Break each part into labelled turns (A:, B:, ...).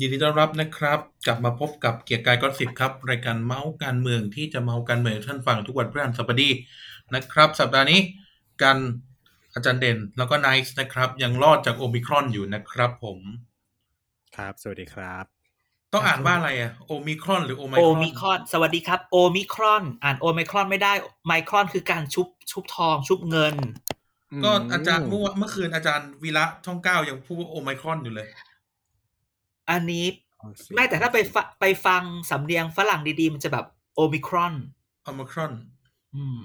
A: ยินดีต้อนรับนะครับ กลับมาพบกับเกียร์กายก็สิบครับ รายการเมาส์การเมืองที่จะเมาส์การเมืองให้ท่านฟังทุกวันพฤหัสบดีนะครับ สัปดาห์นี้กันอาจารย์เด่นแล้วก็ไนซ์นะครับ ยังรอดจากโอมิครอนอยู่นะครับผม
B: ครับ สวัสดีครับ
A: ต้องอ่านว่าอะไรอะโอมิครอนหรือโอไม
C: โอ
A: ครอน
C: มิครอน สวัสดีครับ โอมิครอน อ่านโอมิครอนไม่ได้ ไมครอนคือการชุบชุบทอง ชุบเงิน
A: ก็อาจารย์เมื่อวานเมื่อคืนอาจารย์วีระช่องเก้ายังพูดว่าโอไมครอนอยู่เลย
C: อันนี้ไม่แต่ถ้าไปฟะไปฟังสำเนียงฝรั่งดีๆ มันจะแบบโอมิครอน
A: โอไมครอน
C: อืม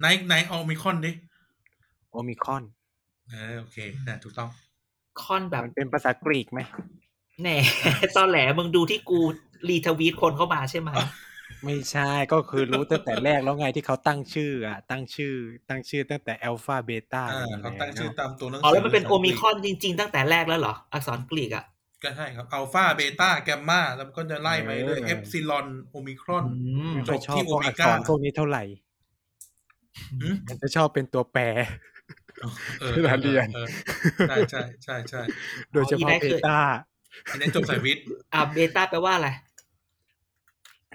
A: ไนท์ไนท์เอาโอมิครอนดิ
B: โอมิคอน
A: เออโอเคนะถูกต้อง
C: คอนแบบ
B: มันเป็นภาษากรีกไหม
C: แหน่ ตอนแหลมึงดูที่กูรีทวีตคนเข้ามาใช่ไหม
B: ไม่ใช่ก็คือรู้ตั้งแต่แรกแล้วไงที่เขาตั้งชื่ออ่ะ ตั้งชื่อ ตั้งชื่อตั้งแต่อัลฟาเบต้า
A: อ่าเขาตั้งชื่อตามตัวหนังสื
C: อ๋อแล้วมันเป็นโอมิครอนจริง ๆ ตั้งแต่แรกแล้วเหรอ อักษรกรีกอ่ะ
A: ก็ใช่ครับอัลฟาเบต้าแกมมาแล้วมันก็จะไล่ไปเรื่อยเอฟซิลอนโอมิครอน
C: อืม
B: ไม่ค่อยชอบพวกอักษรพวกนี้เท่าไหร่
A: หืม
B: มันจะชอบเป็นตัวแปร เวลาเรียน
A: ออใช่ใช่ใช่ใช่
B: โดยเฉพาะเบต้า
A: อันนี้จบสายวิทย์
C: อ่าเบต้าแปลว่าอะไร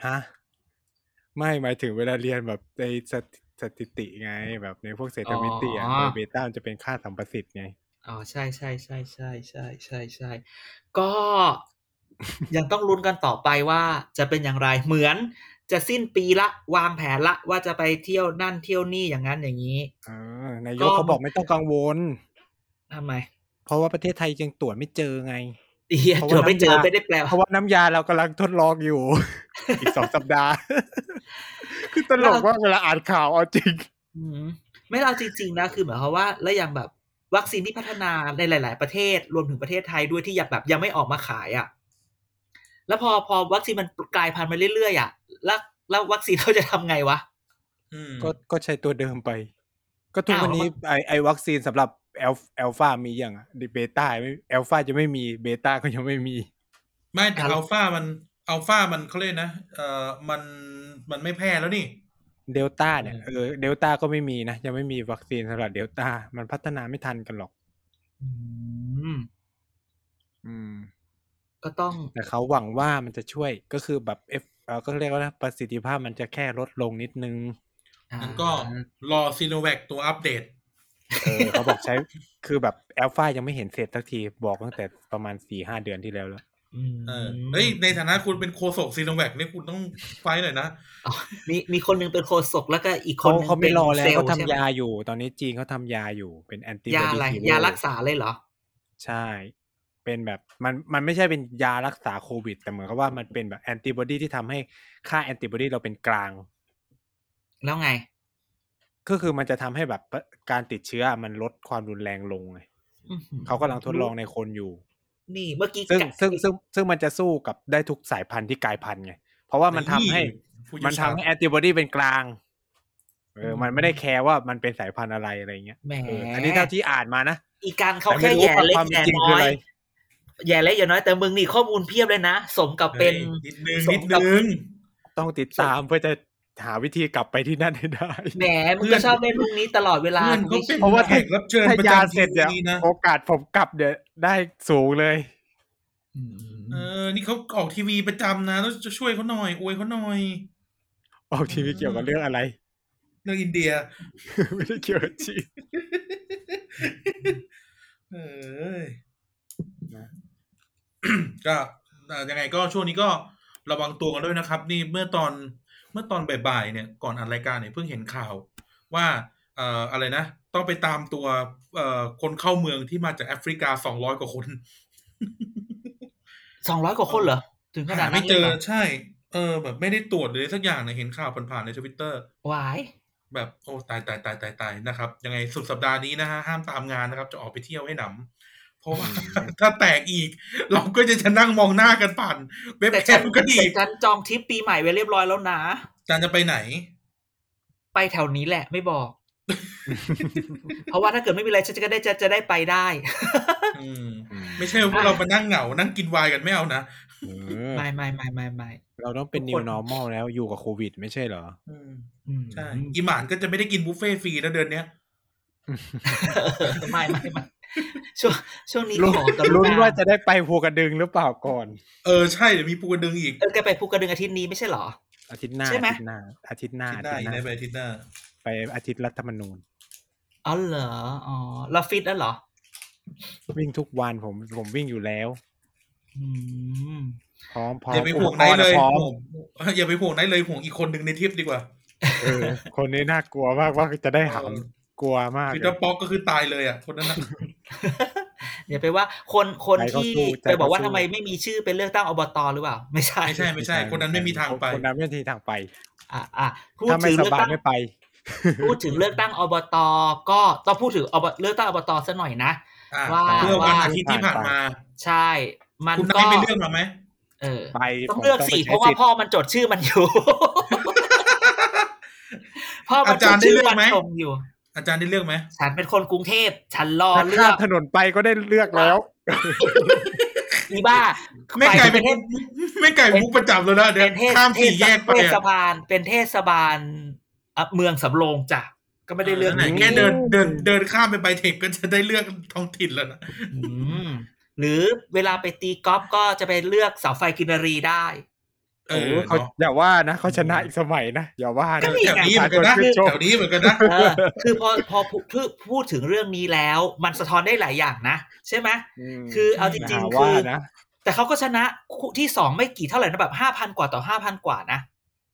B: ฮะไม่หมายถึงเวลาเรียนแบบในสถิสถิติไง แบบในพวกเศรษฐวิทยา
C: อ๋อ
B: เบต้ามันจะเป็นค่าสัมประสิทธิ์ไง
C: อ๋อใช่ใช่ใช่ใช่ใช่ใช่ใช่ก็ ยังต้องลุ้นกันต่อไปว่าจะเป็นอย่างไรเหมือนจะสิ้นปีละวางแผนละว่าจะไปเที่ยวนั่นเที่ยวนี่อย่างนั้นอย่างนี้
B: เออนาย
C: ก็
B: กเขาบอกไม่ต้องกังวล
C: ทำไม
B: เพราะว่าประเทศไทยยังตรวจไม่เจอไง
C: เฮีย
B: เพ
C: เดี๋ย
B: ราะ
C: ว
B: ว่า
C: ไม่เจอ
B: น้ำยา
C: ไม่ได้แปล
B: เพ
C: ว่า
B: ราะว่าน้ำยาเรากำลังทดลองอยู่ อีกสองสัปดาห์ คือตลกว่ากเวลาอ่านข่าวเอาจริง
C: อืมไม่เอาจริง ๆ นะคือหมายความว่าแล้วอย่างแบบวัคซีนที่พัฒนาในหลาย ๆ ประเทศรวมถึงประเทศไทยด้วยที่ยังแบบยังไม่ออกมาขายอะ่ะ แล้วพอพอวัคซีนมันกลายพันธุ์มาเรื่อยๆอะ่ะแล้วแล้ววัคซีนเขาจะทำไงวะ
A: อืม
B: ก็ก็ใช้ตัวเดิมไป ก็ทุก
C: อ้าว
B: วันนี้ไอไอวัคซีนสำหรับแอลแอลฟามีอย่างอะดิเบต้าไม่แอลฟาจะไม่มีเบต้าก็ยังไม่มี
A: ไม่แต่อัลฟามันอัลฟามันเขาเรียกนะเอ่อมันมันไม่แพ้แล้วนี่
B: เดลต้าเนี่ย
A: อืม
B: เออเดลต้าก็ไม่มีนะ ยังไม่มีวัคซีนสำหรับเดลต้ามันพัฒนาไม่ทันกันหรอก
C: อืม
B: อืม
C: ก็ต้อง
B: แต่เขาหวังว่ามันจะช่วยก็คือแบบเอฟเออก็เรียกว่าประสิทธิภาพมันจะแค่ลดลงนิดนึง
A: งั้นก็รอซีโนแวคตัวอัปเดต
B: เออเขาบอกใช้ คือแบบแอลฟายังไม่เห็นเสร็จสักที บอกตั้งแต่ประมาณสี่ห้าเดือนที่แล้วแล้ว
C: อืม
A: เออเฮ้ย ในฐานะคุณเป็นโคศกซีโนแวคเนี่ยคุณต้องไฟท์หน่อยนะ
C: อ๋อมีมีคนหนึ่งเป็นโคศกแล้วก็อีกค
B: เขา
C: นหนึ่ง
B: เขาไม่รอแล้ว
C: ป็นซ
B: เขา
C: ใช่ไหม
B: ทำยาอยู่ ตอนนี้จีนเขาทำยาอยู่เป็นแอนติ
C: ยาอะไร ยารักษาเลยเหรอ
B: ใช่ เป็นแบบมันมันไม่ใช่เป็นยารักษาโควิด แต่เหมือนกับว่ามันเป็นแบบแอนติบอดีที่ทำให้ค่าแอนติบอดีเราเป็นกลาง
C: แล้วไง
B: ก็คือมันจะทำให้แบบการติดเชื้อมันลดความรุนแรงลงไง
C: อื้อหือ
B: เขากำลังทดลองในคนอยู่
C: นี่เมื่อกี้
B: ซึ่ง
C: กะ
B: ซึ่งซึ่งซึ่งมันจะสู้กับได้ทุกสายพันธุ์ที่กลายพันธุ์ไง เพราะว่ามันทำให้
A: ผู้
B: มัน
A: เชี่ยวชาญ
B: ทำให้แอนติบอดีเป็นกลาง เออ มันไม่ได้แคร์ว่ามันเป็นสายพันธุ์อะไรอะไรเงี้ย
C: แหม
B: เอออันนี้เท่าที่อ่านมานะ
C: อีการเขา
B: แต่ไม่
C: แค่
B: รู้
C: แย่เล็ก
B: ความเป็น
C: แย่
B: จริง
C: น้
B: คือ
C: อ
B: อะ
C: ย
B: ไร
C: แย่เล็กแย่น้อยแต่มึงนี่ข้อมูลเพียบเลยนะ สมกับเป็น
A: ฮ้ยนิดนึง
C: สม
A: นิด
C: กับ
A: นึง
B: ต้องติดตามเพื่อจะหาวิธีกลับไปที่นั่นให้ได้
C: แหมมึง
A: เพื่
C: ก็
A: อน
C: ชอบเล่นมุกนี้ตลอดเวลา
A: เพื่อน
C: มึง
A: เขา
C: ไม่
A: เป็น
B: เพราะว่า
A: แขกรับเชิญ
B: ถ้า
A: ประ
B: ยา
A: จำ
B: เสร็จเนี่ย
A: ทีวีนะ
B: โอกาสผมกลับเนี่ยได้สูงเลย
C: อืม
A: เออ นี่เขาออกทีวีประจำนะต้องจะช่วยเขาหน่อย อวยเขาหน่อย
B: ออกทีวีเกี่ยวกับเรื่องอะไร
A: เรื่องอินเดีย
B: ไม่ได้เกี่ยวกับจีน
A: เอยนะ ก็เอ่อยังไงก็ช่วงนี้ก็ระวังตัวกันด้วยนะครับ นี่เมื่อตอนเมื่อตอนบ่ายๆเนี่ยก่อนอัดรายการเนี่ยเพิ่งเห็นข่าว ว่าเอ่ออะไรนะ ต้องไปตามตัวเอ่อคนเข้าเมืองที่มาจากแอฟริกาสองร้อยกว่าคน
C: สองร้อยกว่าคนเหรอ ถึงขนา
A: หา
C: ดนั้น
A: ไม่เจอ
C: ลยหร
A: ใช่ เออ แบบไม่ได้ตรวจเลยสักอย่างเนี่ยเห็นข่าวผ่านๆในทวิตเตอร์
C: วาย
A: แบบโอ้ตายตายตายตายตายนะครับ ยังไงสุดสัปดาห์นี้นะฮะห้ามตามงานนะครับ จะออกไปเที่ยวให้หนำ เพราะว่า ถ้าแตกอีก เราก็จะจะนั่งมองหน้ากันผ่านเว็บ
C: แต่
A: แค
C: ฉัน
A: มกันอี
C: แต่
A: ก
C: ฉันจองทริปปีใหม่ไว้เรียบร้อยแล้วนะ
A: อาจารย์จะไปไหน
C: ไปแถวนี้แหละไม่บอก เพราะว่าถ้าเกิดไม่มีอะไรฉันจะได้จะจะได้ไปได้
A: อืม ไม่ใช่ว่าเรามานั่งเหงา นั่งกินไวน์กันไม่เอานะ
B: เออ
C: ไม่ไม่ไม่ไม่ไม่
B: เราต้องเป็น new normal แล้วอยู่กับโควิด ไม่ใช่เหรอ
A: อืม
C: อืม
A: ใช่อีหมานก็จะไม่ได้กินบุฟเฟ่ต์ฟรีนะเดือนเนี้ย
C: ไม่ไม่ไม่ช่วงช่วงนี้
B: ลุ้น
C: ขอกับ
B: ลุ้นว่าจะได้ไปภูกระดึงหรือเปล่าก่อน
A: เออ ใช่ เดี๋ยวมีปูกระดึงอีก
C: เออแกไปภูกระดึงอาทิตย์นี้ไม่ใช่เหรอ
B: อาทิตย์หน้า
C: ใช่ไหม
B: อาทิตย์หน้าอาทิตย์หน้า
A: อาทิตย์หน้าอีกนะไปอาทิตย์หน้า
B: ไปอาทิตย์รัฐธรรมนูญ
C: อ๋อเหรออ๋อเราฟิตแล้วเหรอ
B: วิ่งทุกวันผมผมวิ่งอยู่แล้ว
C: อืม
B: พร้อมพร้อม
A: อย่าไปห่วง
B: อุป
A: ไน
B: กร
A: ท์
B: ณ์
A: เลย
B: พร้อม
A: ห่วงอย่าไปห่วงไนท์เลยห่วงอีกคนหนึ่งในทริปดีกว่า
B: เออคนนี้น่ากลัวมากว่าจะได้หำกลัวมาก
A: คือ
B: เล
A: ถ้าย ป๊อกก็คือตายเลยอ่ะ คนนั้นนะ
C: อย่าไปว่าคนคน
B: ใจเขา
C: ที่
B: สู้ใจ
C: ไปบอกว่า
B: เขาสู้
C: ทำไมไม่มีชื่อเป็นเลือกตั้งอบตหรือเปล่า ไม่ใช่
A: ไม่ใช่ ไม่ใช่ คนนั้นไม่มีทางไป
B: คนนั้นไม่มีทางไป
C: อ่ะอ่ะพูด
B: ถ้าไม่
C: ถึง
B: ส
C: เลือก
B: บาย
C: ตั้ง
B: ไม่ไป
C: พูดถึงเลือกตั้งอบตก็ต้องพูดถึงอบเลือกตั้งอบตซะหน่อยนะ
A: อ่ะ
C: ว่า
A: เมื่อวัน
C: ว่า
A: อาทิตย์ที่ผ่านมา
C: ใช่ มัน
A: คุณไน
C: ก็
A: ท์ไปเลือกมาไหม
C: เออ
B: ไป
C: ต้อง
B: ผม
C: เลือกสิ
B: ไป
C: เพราะ
B: ใช้สิทธิ์
C: ว่าพ่อมันจดชื่อมัน อยู่ พ่อมันจดชื่อมั
A: อาจา
C: น
A: รย์ได้เลือกไหม
C: ตรงอยู่
A: อาจารย์ได้เลือกไหม
C: ฉันเป็นคนกรุงเทพฉันรอ
B: ถ้า
C: เลื
B: ข้า
C: อ
B: ม
C: ก
B: ถนนไปก็ได้เลือกแล้ว
C: อีบ้า
A: ไม่ไก่
C: ป
A: เป็น
C: ระเทศ
A: ไม่ไก่มุกประจำแล้วนะเดี๋ยว
C: เป็นเทศ
A: ข้ามสี่แยกไป
C: เทศ
A: อะ
C: บาลเป็นเทศบาลอ่ะเมืองสำโรงจ้ะก็ไม่ได้เลือก
A: ไหนแค่เดินเดินเดินข้ามไปไปเทคก็จะได้เลือกท้องถิ่นแล้วนะ
C: อืมหรือเวลาไปตีกอล์ฟก็จะไปเลือกเสาไฟกินรีได้
A: เอ
B: โอ้โห
A: อ
B: เขา
A: เนาะ
B: อย่าว่านะเขาชนะอีกสมัยนะ อย่าว่า
C: ก็
B: นะ
C: มี
A: แถวนี้เหมือนกันนะ
B: คือ
A: แถวนี้เหมือนกันนะ
C: เอ อ คือพอพอพูดพูดพูดถึงเรื่องนี้แล้ว มันสะท้อนได้หลายอย่างนะ ใช่ไหม
B: ม
C: คือเอา
B: อ
C: จ
B: ย่า
C: ริง
B: หา
C: ๆ คื
B: ว่า
C: อ
B: นะ
C: แต่เขาก็ชนะคู่ที่สองไม่กี่เท่าไหร่นะแบบห้าพันกว่าต่อห้าพันกว่านะ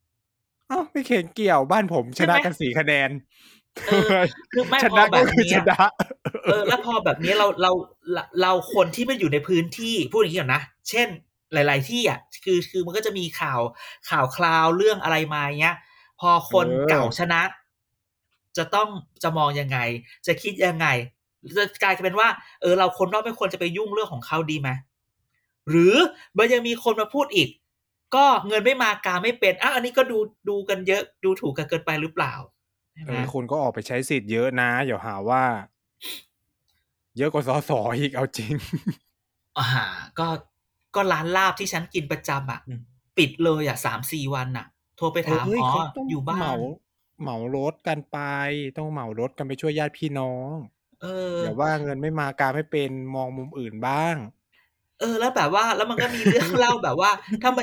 B: เอ้าไม่เข็นเกี่ยวบ้านผมชนะกันสี่คะแนน
C: เออ คือไม่
B: ช
C: พ
B: นะ
C: อแบ
B: ก็
C: บ
B: คือ
C: เนี้
B: ช
C: ย
B: นะ
C: เออแล้วพอแบบนี้เราเราเราเราคนที่ไม่อยู่ในพื้นที่พูดอย่างนี้ก่อนนะ เช่นหลาย ๆ ที่อ่ะคือคือมันก็จะมีข่าวข่าวคราวเรื่องอะไรมาเงี้ย พอคนเก่าชนะ จะต้องจะมองยังไง จะคิดยังไง จะกลายเป็นว่า เออ เราคนนอกไม่ควรจะไปยุ่งเรื่องของเขาดีไหมหรือมันยังมีคนมาพูดอีก ก็เงินไม่มากาไม่เป็นอ้าวอันนี้ก็ดูดูกันเยอะดูถูกกันเกินไปหรือเปล่าใช่ไห
B: เอ
C: ม
B: อคุณก็ออกไปใช้สิทธิ์เยอะนะอย่าหาว่า เยอะกว่าสอสออีกเอาจริง
C: อาหารก็ก็ร้านลาบที่ฉันกินประจำอ่ะ ปิดเลยอ่ะสามสี่วันอ่ะ โทรไปถาม
B: เฮ้ย
C: อ๋อ
B: เขาต้อง
C: อยู่บ้า
B: เห
C: น
B: มา เหมารถกันไป ต้องเหมารถกันไปช่วยญาติพี่น้อง
C: เออ
B: อย่าว่าเงินไม่มาการไม่เป็นมองมุมอื่นบ้าง
C: เออ แล้วแบบว่า แล้วมันก็มีเรื่อง เล่าแบบว่าทำไม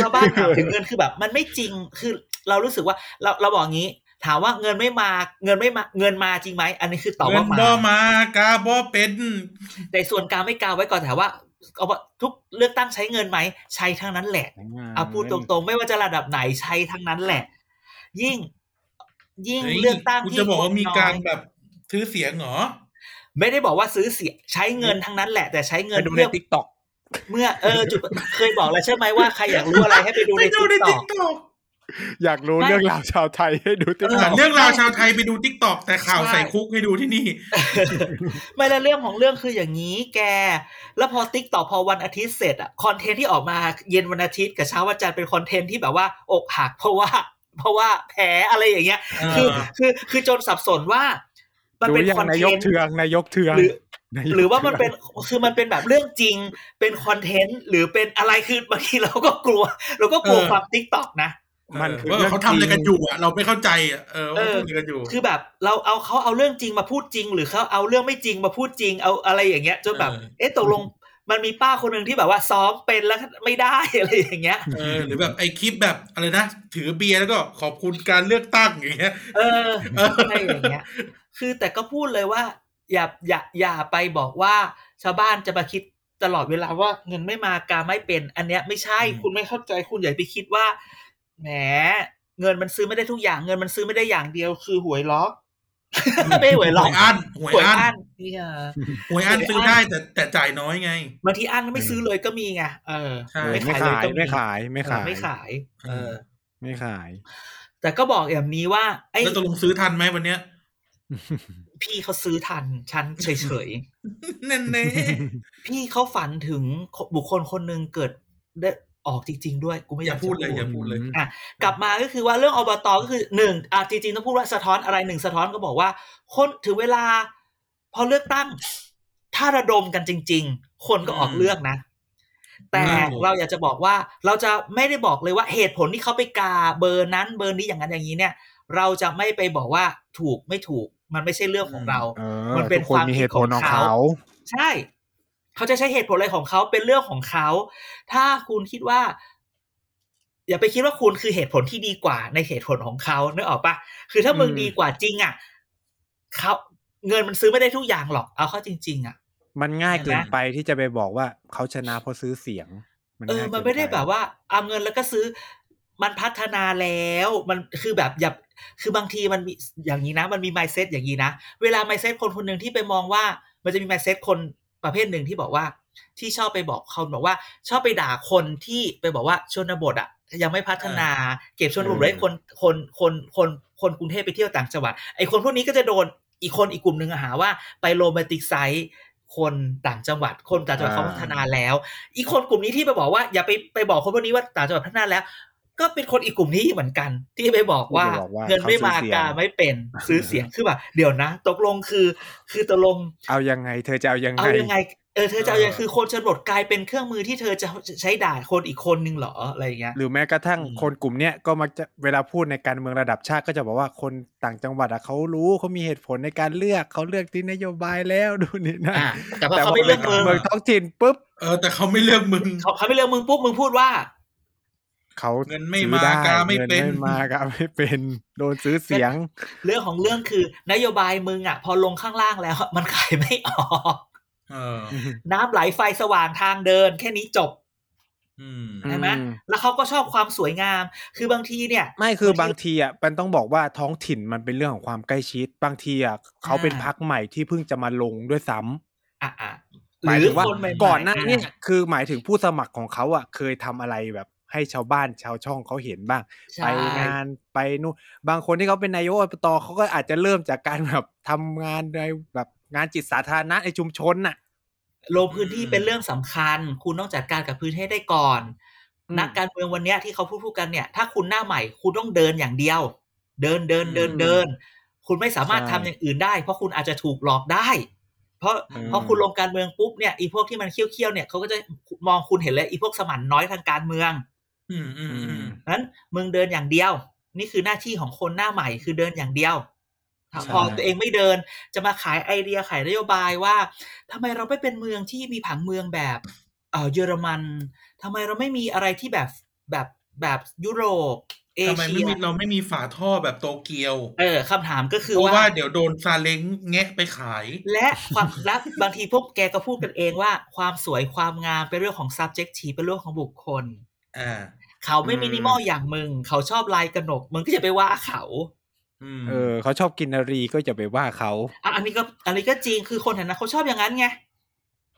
C: ชาวบ้านถามถึงเงินคือแบบ มันไม่จริงคือเรารู้สึกว่า เราเราบอกงี้ ถามว่าเงินไม่มาเงินไม่มาเงินมาจริงไหมอันนี้คือตอบ
A: เงิ
C: ว่านมา
A: บ่มากาบ่เป็น
C: แต่ส่วนกลางไม่กลางไว้ก่อนแต่ว่าเอาว่าทุกเลือกตั้งใช้เงินไหมใช้ทั้งนั้นแหละ เอาพูดตรงๆ ไม่ว่าจะระดับไหนใช้ทั้งนั้นแหละ ยิ่ง ยิ่ง
A: เฮ้ย
C: เลือกตั้ง
A: กู
C: ที่
A: จะบอกว่ามี
C: คนน้ย
A: การแบบถือเสียงเหรอ
C: ไม่ได้บอกว่าซื้อเสียใช้เงินทั้งนั้นแหละ แต่ใช้เงิ
B: ไป
C: น
B: ดูใน
C: เมื่อ
B: ทิกตอก
C: เมื่อเออจุดเคยบอกแล้วใช่ไหมว่าใครอยากรู้อะไรให้ไปดูใน
A: ไปดู
C: ติ๊
A: ใน
C: กต็
A: ติ๊
C: อก ก
A: ต็อก
B: อยากรู้
C: ไม่
B: เรื่องราวชาวไทยให้ดูติ๊ก
C: เอ
B: ต็อก
C: อ
A: เรื่องราวชาวไทยไปดูติ๊กต็อกแต่ข่าวใส่คุกให้ดูที่นี่
C: ไม่และเรื่องของเรื่องคืออย่างนี้แก แล้วพอติ๊กต่อกพอวันอาทิตย์เสร็จอะคอนเทนต์ที่ออกมาเย็นวันอาทิตย์กับเช้าวันจันทร์เป็นคอนเทนต์ที่แบบว่าอกหักเพราะว่า เพราะว่าแพ้อะไรอย่างเงี้ย คือ
A: เออ
C: คือคือจนสับสนว่า มัน
B: ดู
C: เป็น
B: อย่าง
C: คอน
B: นา
C: เท
B: ยก
C: นต์
B: เทืองนายกเทือง
C: หรือ
B: นยก
C: หรือว่ามัน
B: ทื
C: เป็
B: ง
C: นคือมันเป็นแบบเรื่องจริง เป็นคอนเทนต์หรือเป็นอะไรคือบางทีเราก็กลัว เราก็กลัว
A: เออ
C: ความติ๊กต็อกนะ
B: มันคือ
A: ว่า
B: รื่อง
A: เขาทำอะไรกัน
B: จ
A: อยู่อะเราไม่เข้าใจอะเออว่าเขาทำอะไรกันอยู่
C: คือแบบเราเอาเขาเอาเรื่องจริงมาพูดจริง หรือเขาเอาเรื่องไม่จริงมาพูดจริงเอาอะไรอย่างเงี้ยจนแบบ
A: เออ
C: เอ๊ะตกลงมันมีป้าคนหนึ่งที่แบบว่าซ้อมเป็นแล้วไม่ได้ อะไรอย่างเงี้ย
A: เออหรือแบบไอคลิปแบบอะไรนะถือเบียร์แล้วก็ขอบคุณการเลือกตั้งอย่างเงี้ย
C: เออ
A: เอออ
C: อะไรอย่างเงี้ย คือแต่ก็พูดเลยว่า อย่าอย่าอย่าไปบอกว่า ชาวบ้านจะมาคิดตลอดเวลาว่าเงินไม่มากาไม่เป็น อันเนี้ยไม่ใช่
A: อืม
C: คุณไม่เข้าใจคุณอย่าไปคิดว่าแหมเงินมันซื้อไม่ได้ทุกอย่าง เงินมันซื้อไม่ได้อย่างเดียวคือหวยล็อก ไม่ใช่หวย
A: ห
C: ล็อ
A: ว
C: ก
A: ยอันหวย
C: หวย
A: อัน
C: อั้นเนี่ย
A: หวยอัน
C: หวยอั้น
A: ซื้อได้แต่แต่จ่ายน้อยไง
C: บางทีอั้นไม่ซื้อเลยก็มีไงเออ
A: ใช่
B: เออไม่ขา
C: เล
B: ย
C: ก็
B: ไม่ขายไม่ขาย
C: ไม่ขาย เออ
B: ไม่ขาย
C: แต่ก็บอกอย่างนี้ว่าไอ้
A: แล้วตกลงซื้อทันไหมวันเนี้ย
C: พี่เขาซื้อทันฉันเฉย
A: แน่นแน่
C: ๆ พี่เขาฝันถึงบุคคลคนหนึ่งเกิดได้ออกจริง ๆ ด้วยกู
A: ๆ
C: ไม่
A: อ
C: อยา
A: ย่าก
C: จะ
A: พูดเลยอย่าพูดเลย
C: กลับมาก็คือว่าเรื่องอบตก็คือหนึ่งอ่ะจริงๆต้องพูดว่าสะท้อนอะไรหนึ่งสะท้อนก็บอกว่า คนถึงเวลา พอเลือกตั้ง ถ้าระดมกันจริง ๆ คนก็ออกเลือกนะ แต่
A: ครับผม
C: เราอยากจะบอกว่า เราจะไม่ได้บอกเลยว่าเหตุผลที่เขาไปกาเบอร์นั้นเบอร์นี้อย่างนั้นอย่างนี้เนี่ย เราจะไม่ไปบอกว่าถูกไม่ถูก มันไม่ใช่เรื่องของเรา
B: เออ
C: มันเป็น
B: ทุกคน
C: ความ
B: มีเหตุผลของ
C: ผิดของเขา
B: เขา
C: ใช่ เขาจะใช้เหตุผลอะไรของเขาเป็นเรื่องของเขา ถ้าคุณคิดว่า อย่าไปคิดว่าคุณคือเหตุผลที่ดีกว่าในเหตุผลของเขานึกออกปะคือถ้ามึง
A: อืม
C: ดีกว่าจริง อ่ะเขาเงินมันซื้อไม่ได้ทุกอย่างหรอก เอาเข้าจริง ๆ อ่ะ
B: มันง่ายเกิ
C: เห็
B: น
C: นไหม
B: ไปที่จะไปบอกว่าเขาชนะเพราะซื้อเสียง
C: เออ
B: ง่ายกิ
C: มันไม่ได้
B: ป
C: แบบว่า เอาเงินแล้วก็ซื้อ มันพัฒนาแล้ว มันคือแบบอย่าคือบางทีมันมีอย่างนี้นะ มันมีไมเซ็ตอย่างนี้นะ เวลาไมเซ็ตคนคนหนึ่งที่ไปมองว่า มันจะมีไมเซ็ตคนประเภทหนึ่งที่บอกว่า ที่ชอบไปบอกเขาบอกว่า ชอบไปด่าคนที่ไปบอกว่าชนบทอ่ะ ยังไม่พัฒนา เก็บชนบทไว้ให้คนคนคนคนคนกรุงเทพไปเที่ยวต่างจังหวัดไอ้คนพวกนี้ก็จะโดนอีกคนอีกกลุ่มหนึ่งอะหาว่าไปโรแมนติกไซส์คนต่างจังหวัด คนต่างจังหวัดเขาพัฒนาแล้ว อีกคนกลุ่มนี้ที่ไปบอกว่าอย่าไปไปบอกคนพวกนี้ว่าต่างจังหวัดพัฒนาแล้ว ก็เป็นคนอีกกลุ่มนี้เหมือนกัน ที่ไปบอกว่า
B: ที่ไปบอกว่า
C: เงินไม่มา
B: เขาซื้อเสียง
C: การไม่เป็นซื้อเสียงคือแบบเดี๋ยวนะ ตกลงคือ คือตกลง
B: เอายังไง เธอจะเอายังไง
C: เอายังไง เออเธอจะเอายัง
A: เอ
C: ไง
A: อ
C: คือคนชนบทกลายเป็นเครื่องมือที่เธอจะใช้ด่าคนอีกคนนึงเหรออะไรอย่างเงี้ย
B: หรือแม้กระทั่ง
A: อืม
B: คนกลุ่มเนี้ยก็มักจะเวลาพูดในการเมืองระดับชาติก็จะบอกว่าคนต่างจังหวัดอะเขารู้เขามีเหตุผลในการเลือกเขาเลือกที่นโยบายแล้วดูนี่นะ
C: อ่ะแต่พอเขาไม่เลือกมึง
B: เมืองท้องถิ่นปุ๊บ
A: เออ แต่เขาไม่เลือกมึง
C: เขาเขาไม่เลือกมึงปุ๊บมึงพูดว่า
B: เขา
A: เงินไม่
B: ซื้อ
A: มา
B: ด้
A: กาไม่เป็น
B: งิไม่มากาไม่เป็นโดนซื้อเสียง
C: เรื่องของเรื่องคือนโยบายมึงอ่ะ พอลงข้างล่างแล้ว มันขายไม่ออก
A: เออ
C: น้ำไหลไฟสว่างทางเดิน แค่นี้จบ
A: อืม
B: อืม
C: ใช่ไหมแล้วเขาก็ชอบความสวยงาม คือบางทีเนี่ย
B: ไม่คือบางทีอ่ะมันต้องบอกว่าท้องถิ่นมันเป็นเรื่องของความใกล้ชิด บางทีอ่ะเขาเป็นพักใหม่ที่เพิ่งจะมาลงด้วยซ้ำ
C: อ่ะอ่ะ
B: หมายถึงว่า
C: ใหม่ๆ
B: ก่อนหน้าเนี่ย
C: อ่ะ
B: คือหมายถึงผู้สมัครของเขาอ่ะเคยทำอะไรแบบให้ชาวบ้านชาวช่องเขาเห็นบ้าง
C: ใช่
B: ไปงานไปนู่นบางคนที่เขาเป็นนายกอบตเขาก็อาจจะเริ่มจากการแบบทำงานในแบบงานจิตสาธารณะในชุมชนน่ะ
C: ลงพื้นที่เป็นเรื่องสำคัญ คุณต้องจัดการกับพื้นที่ให้ได้ก่อน
B: อืม
C: นักการเมืองวันเนี้ยที่เขาพูดพูดกันเนี่ย ถ้าคุณหน้าใหม่ คุณต้องเดินอย่างเดียว เดินเดินเดินเดิน คุณไม่สามารถทำอย่างอื่นได้ เพราะคุณอาจจะถูกหลอกได้ เพราะ
A: อืม
C: เพราะคุณลงการเมืองปุ๊บเนี่ยอีพวกที่มันเคี้ยวๆเนี่ยเขาก็จะมองคุณเห็นเลยอีพวกสมันน้อยทางการเมือง
A: อืมอืมอืม
C: นั้นมึงเดินอย่างเดียว นี่คือหน้าที่ของคนหน้าใหม่คือเดินอย่างเดียวถ้า
A: ใช่
C: พอตัวเองไม่เดินจะมาขายไอเดียขายนโยบายว่าทำไมเราไม่เป็นเมืองที่มีผังเมืองแบบเออเยอรมันทำไมเราไม่มีอะไรที่แบบแบบแบบยุโรปเอ
A: ทำไม
C: เชี
A: ไม่
C: ย
A: มีเราไม่มีฝาท่อแบบโตเกียว
C: เออคำถามก็คือ
A: เพราะ
C: ว่า
A: ว่าเดี๋ยวโดนซาเล้งแงะไปขาย
C: และความ รับบางทีพวกแกก็พูดกันเองว่า ความสวยความงามเป็นเรื่องของ subjective เป็นเรื่องของบุคคล
A: อ่า
C: เขาไม่
B: อืม
C: มินิมอลอย่างมึง เขาชอบลายกระหนก มึงก็จะไปว่าเขา
A: อืม
B: เออเขาชอบกินนารีก็จะไปว่าเขา
C: อ่ะอันนี้ก็อันนี้ก็จริงคือคนแถวนั้นเขาชอบอย่างนั้นไง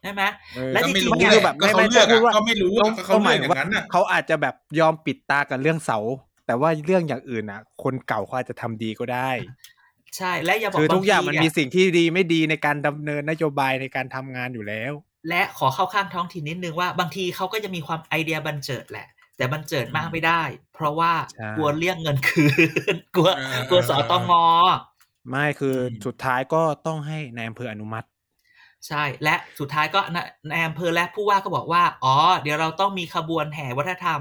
C: ใช่ไหม
B: เออ
C: และ
A: ก็
C: จริงๆ
A: ไม่รู้
B: ก็
A: แห
B: คื
A: ละก็
B: อแบบไม่
A: เขาเลื
B: ไม่
A: อก
B: พูด
A: อะ
B: ว่า
A: ก็ไม่รู้อะก็เขา
B: ห
A: เลื
B: มา
A: อย กอ
B: ถึ
A: ย่าง ง
B: ว่า
A: นั้นอ่ะ
B: เขาอาจจะแบบยอมปิดตากับเรื่องเสา แต่ว่าเรื่องอย่างอื่นน่ะ คนเก่าเขาอาจจะทำดีก็ได้
C: ใช่และอย่าบอก
B: คือทุกอย่าง
C: บ
B: มัน
C: ทีะ
B: มีสิ่งที่ดีไม่ดีในการดำเนินนโยบายในการทำงานอยู่แล้ว
C: และขอเข้าข้างท้องถิ่นนิดนึงว่า บางทีเขาก็จะมีความไอเดียบันเจิดแหละ แต่บันเจิดมากไม่ได้ เพราะว่า
B: ใช่
C: กลัวเรียกเงินคืน กลัว
A: อ่าก
C: ลัวสตง
B: ไม่คืออ
A: ม
B: สุดท้ายก็ต้องให้ในายอำเภออนุมัติ
C: ใช่ และสุดท้ายก็นะในอำเภอและผู้ว่าก็บอกว่า อ๋อ เดี๋ยวเราต้องมีขบวนแห่วัฒนธรรม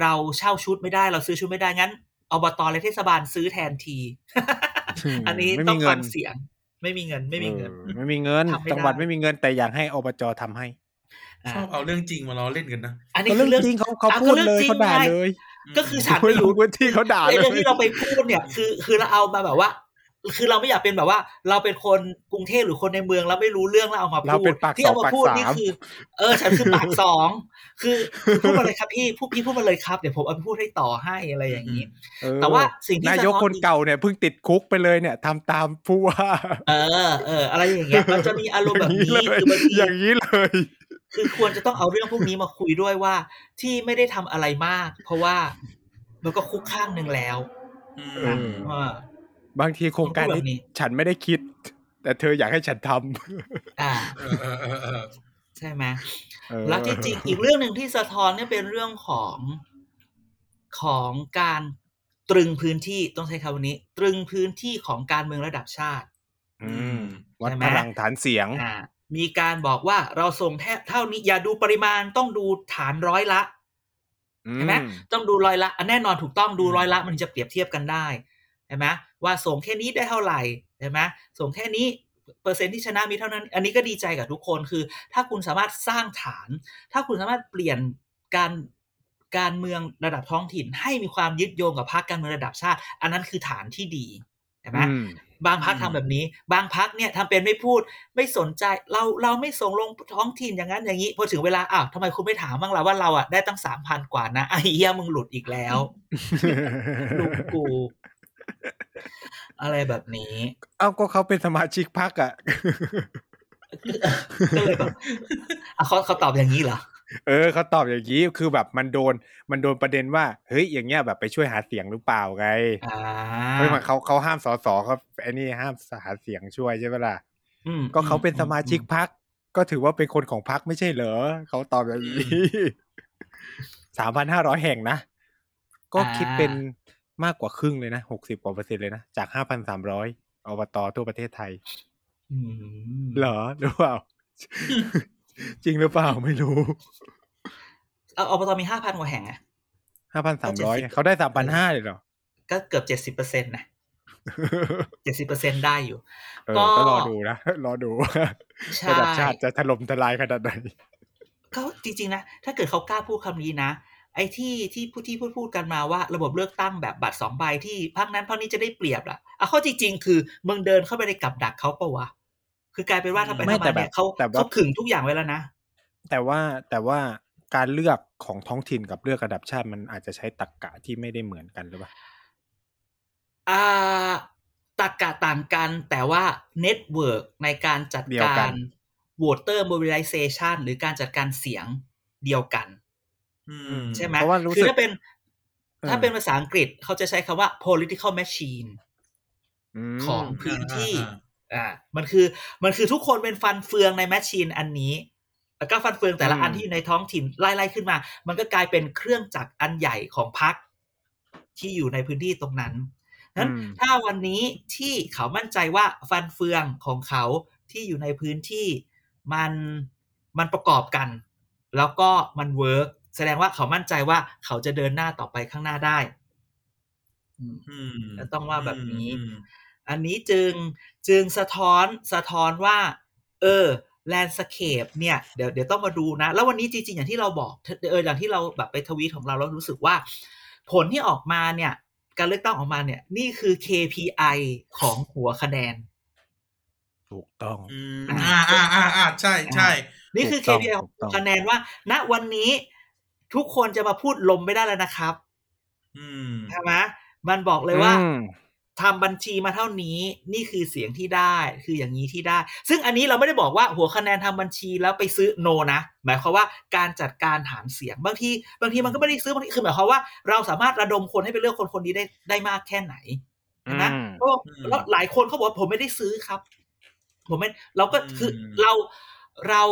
C: เราเช่าชุดไม่ได้ เราซื้อชุดไม่ได้งั้นอบตและเทศบาลซื้อแทนที
B: อืม
C: อันนี้
B: ไม่มี
C: ต้องฟัง
B: เงิน
C: เสียง ไม่มีเงินไม่มีเงิน
B: ออไม่มีเงิน
C: ทำไม่ได้
B: จังหวัดไม่มีเงินแต่อยากให้อบจทำให้
C: อ่ะ
A: ชอบเอาเรื่องจริงมาล้อเล่นกันนะ
C: อันนี้
B: ก็
C: คือเรื่อง
B: จริงเขาเขา
C: อ่ะ
B: พูดเลยเขา
C: ก็เรื่องจริง
B: ด่าเลย
C: ไงก็คือฉัน
B: ไม่
C: ไม่
B: รู้
C: รู้
B: พื้นที่เขาด่า
C: ไอ้
B: เล
C: เรื่อง
B: ย
C: ที่เราไปพูดเนี่ยคือคือเราเอามาแบบว่า คือเราไม่อยากเป็นแบบว่า เราเป็นคนกรุงเทพหรือคนในเมืองแล้วไม่รู้เรื่องแล้วเอามา
B: เรา
C: พูด
B: เป็นปากสอง
C: ที่เอามาพูด
B: ปากสาม
C: นี่คือ เออ ฉันคือปากสองคือคือพูดมาเลยครับพี่พูดพี่พูดมาเลยครับเดี๋ยวผมเอาไปพูดให้ต่อให้อะไรอย่างนี้
B: เออ
C: แต่ว่าสิ่งที่
B: นายก
C: สะท้อ
B: คนเก่าเนี่ยเพิ่งติดคุกไปเลยเนี่ยทำตามผู้ว่า
C: เออเอออะไรอย่างเงี้ยมันจะมีอารมณ์แบบนี้
B: ย่างเลย
C: คือบางที
B: อย่างนี้เลย
C: คือควรจะต้องเอาเรื่องพวกนี้มาคุยด้วยว่า ที่ไม่ได้ทำอะไรมาก เพราะว่ามันก็คุกข้างหนึ่งแล้ว
A: อืม
B: เออ
C: ว่า
B: บางทีโครงการ
C: เขาพูด
B: นี้
C: แบบนี้
B: ฉันไม่ได้คิด แต่เธออยากให้ฉันท
C: อ่า
A: เออเออเออเออ
C: ใช่ไหม
B: ำเออ
C: แล้วจริงๆอีกเรื่องหนึ่งที่สะท้อนเนี่ยเป็นเรื่องของของการตรึงพื้นที่ต้องใช้คำวันนี้ ตรึงพื้นที่ของการเมืองระดับชาติ
B: อืมวัด
C: ใช่ไหม
B: พลังฐานเสียง
C: อ่า มีการบอกว่าเราส่งแท่เท่านี้อย่าดูปริมาณต้องดูฐานร้อยละ ใช่ไหมต้องดูรอยละอันแน่นอนถูกต้องดูรอยละมันถึงจะเปรียบเทียบกันได้ใช่ไหมว่าส่งแค่นี้ได้เท่าไหร่ใช่ไหมส่งแค่นี้เปอร์เซ็นต์ที่ชนะมีเท่านั้น อันนี้ก็ดีใจกับทุกคนคือ ถ้าคุณสามารถสร้างฐาน ถ้าคุณสามารถเปลี่ยนการการเมืองระดับท้องถิ่น ให้มีความยึดโยงกับพรรคการเมืองระดับชาติ อันนั้นคือฐานที่ดีใช่ไหม
B: อืม
C: บางพักทำแบบนี้ บางพักเนี่ยทำเป็นไม่พูดไม่สนใจเราเราไม่ส่งลงท้องถิ่นอย่างนั้นอย่างนี้พอถึงเวลาอ้าวทำไมคุณไม่ถามบ้างล่ะว่าเราอ่ะได้ตั้งสามพันกว่านะไอ้เหี้ยมึงหลุดอีกแล้วลูกกู อะไรแบบนี้
B: เอ้าก็เขาเป็นสมาชิกพักอ่ะ
C: ก็เลยแบบอ่ะเขาเขาตอบอย่างนี้เหรอ
B: เออเขาตอบอย่างนี้คือแบบมันโดนมันโดนประเด็นว่าเฮ้ยอย่างเงี้ยแบบไปช่วยหาเสียงหรือเปล่าไง
C: อ่า
B: เฮ้ยมันเขาเขาห้ามสสเขาไอ้นี่ห้ามหาเสียงช่วยใช่ไหมล่ะ
C: อืม
B: ก็เขาเป็นสมาชิก
C: อื
B: พักก็ถือว่าเป็นคนของพักไม่ใช่เหรอเขาตอบอย่างนี้สามพันห้าร้อยแห่งนะ ก็คิดเป็นมากกว่าครึ่งเลยนะหกสิบกว่าเปอร์เซ็นต์เลยนะ จากห้าพันสามร้อยอบตทั่วประเทศไทย
C: อืม
B: เหรอหรือเปล่า จริงหรือเปล่าไม่รู้
C: เอาอบตมีห้าพันกว่าแห่งอ่ะ
B: ห้าพันสามร้อยเขาได้สามพันห้าเลยเหรอ
C: ก็เกือบเจ็ดสิบเปอร์เซ็นต์นะเจ็ดสิบเปอร์เซ็นต์ได้อยู่
B: เออ
C: ก็
B: ก็รอดูนะ รอดูว่า
C: ใช่
B: ระดับชาติจะถล่มทลายขนาดไหน
C: ก็จริงๆนะ ถ้าเกิดเขากล้าพูดคำนี้นะ ไอ้ที่ที่ผู้ที่พูดพูดกันมาว่าระบบเลือกตั้งแบบบัตรสองใบที่พักนั้นพักนี้จะได้เปรียบล่ะอ่ะข้อจริง ๆ คือมึงเดินเข้าไปในกับดักเขาปะวะ คือกลายเป็นว่าถ้าไปทำมาเนี่ยเขาเขาขึงทุกอย่างไว้แล้วนะ
B: แต่ว่าแต่ว่าการเลือกของท้องถิ่นกับเลือกระดับชาติมันอาจจะใช้ตรรกกะที่ไม่ได้เหมือนกันหรือเปล่า
C: อ่าตากะต่างกันแต่ว่าเน็ตเวิร์กในการจัดการ voter mobilization หรือการจัดการเสียงเดียวกัน
A: อืม
C: ใช่ไหม
B: เพราะว่ารู้
C: คือ
B: สึก
C: ถ้าเป็นถ้าเป็นภาษาอังกฤษเขาจะใช้คำว่า political machine
B: ม
C: ของพื้นที่
A: อ่า
C: อ่า มันคือ มันคือทุกคนเป็นฟันเฟืองในแมชชีนอันนี้ แล้วก็ฟันเฟืองแต่ละอันที่อยู่ในท้องถิ่นไล่ๆขึ้นมา มันก็กลายเป็นเครื่องจักรอันใหญ่ของพรรคที่อยู่ในพื้นที่ตรงนั้นนั้น
B: อืม
C: ถ้าวันนี้ที่เขามั่นใจว่าฟันเฟืองของเขาที่อยู่ในพื้นที่มันมันประกอบกัน แล้วก็มันเวิร์กแสดงว่าเขามั่นใจว่าเขาจะเดินหน้าต่อไปข้างหน้าได้อืม
A: อืม
C: ก็ต้องว่าแบบนี้
A: อืม
C: อันนี้จึงจึงสะท้อนสะท้อนว่า เออแลนสเคปเนี่ยเดี๋ยวเดี๋ยวต้องมาดูนะ แล้ววันนี้จริงๆ อย่างที่เราบอกเอออย่างที่เราแบบไปทวีตของเราแล้วรู้สึกว่า ผลที่ออกมาเนี่ย การเลือกตั้งออกมาเนี่ย นี่คือ KPI ของหัวคะแนน
B: ถูกต้อง
A: อืมอ่าอ่าอ่าอ่าใช่ใช่
C: นี่คือ
B: ถูกต้อง
C: KPI ของหัวคะแนนว่า ณวันนี้ทุกคนจะมาพูดลมไม่ได้แล้วนะครับ
A: อืม
C: ใช่ไหมมันบอกเลยว่า
B: อืม
C: ทำบัญชีมาเท่านี้นี่คือเสียงที่ได้คืออย่างนี้ที่ได้ ซึ่งอันนี้เราไม่ได้บอกว่าหัวคะแนนทำบัญชีแล้วไปซื้อโนนะหมายความว่าการจัดการฐานเสียงบางทีบางทีมันก็ไม่ได้ซื้อบางทีคือหมายความว่าเราสามารถระดมคนให้ไปเลือกคนคนนี้ได้ได้มากแค่ไหนนะ
B: อืม
C: เพราะว่า
A: อืม
C: แล้วหลายคนเขาบอกว่าผมไม่ได้ซื้อครับ ผมไม่เราก็คืออ
A: ม
C: เราเรา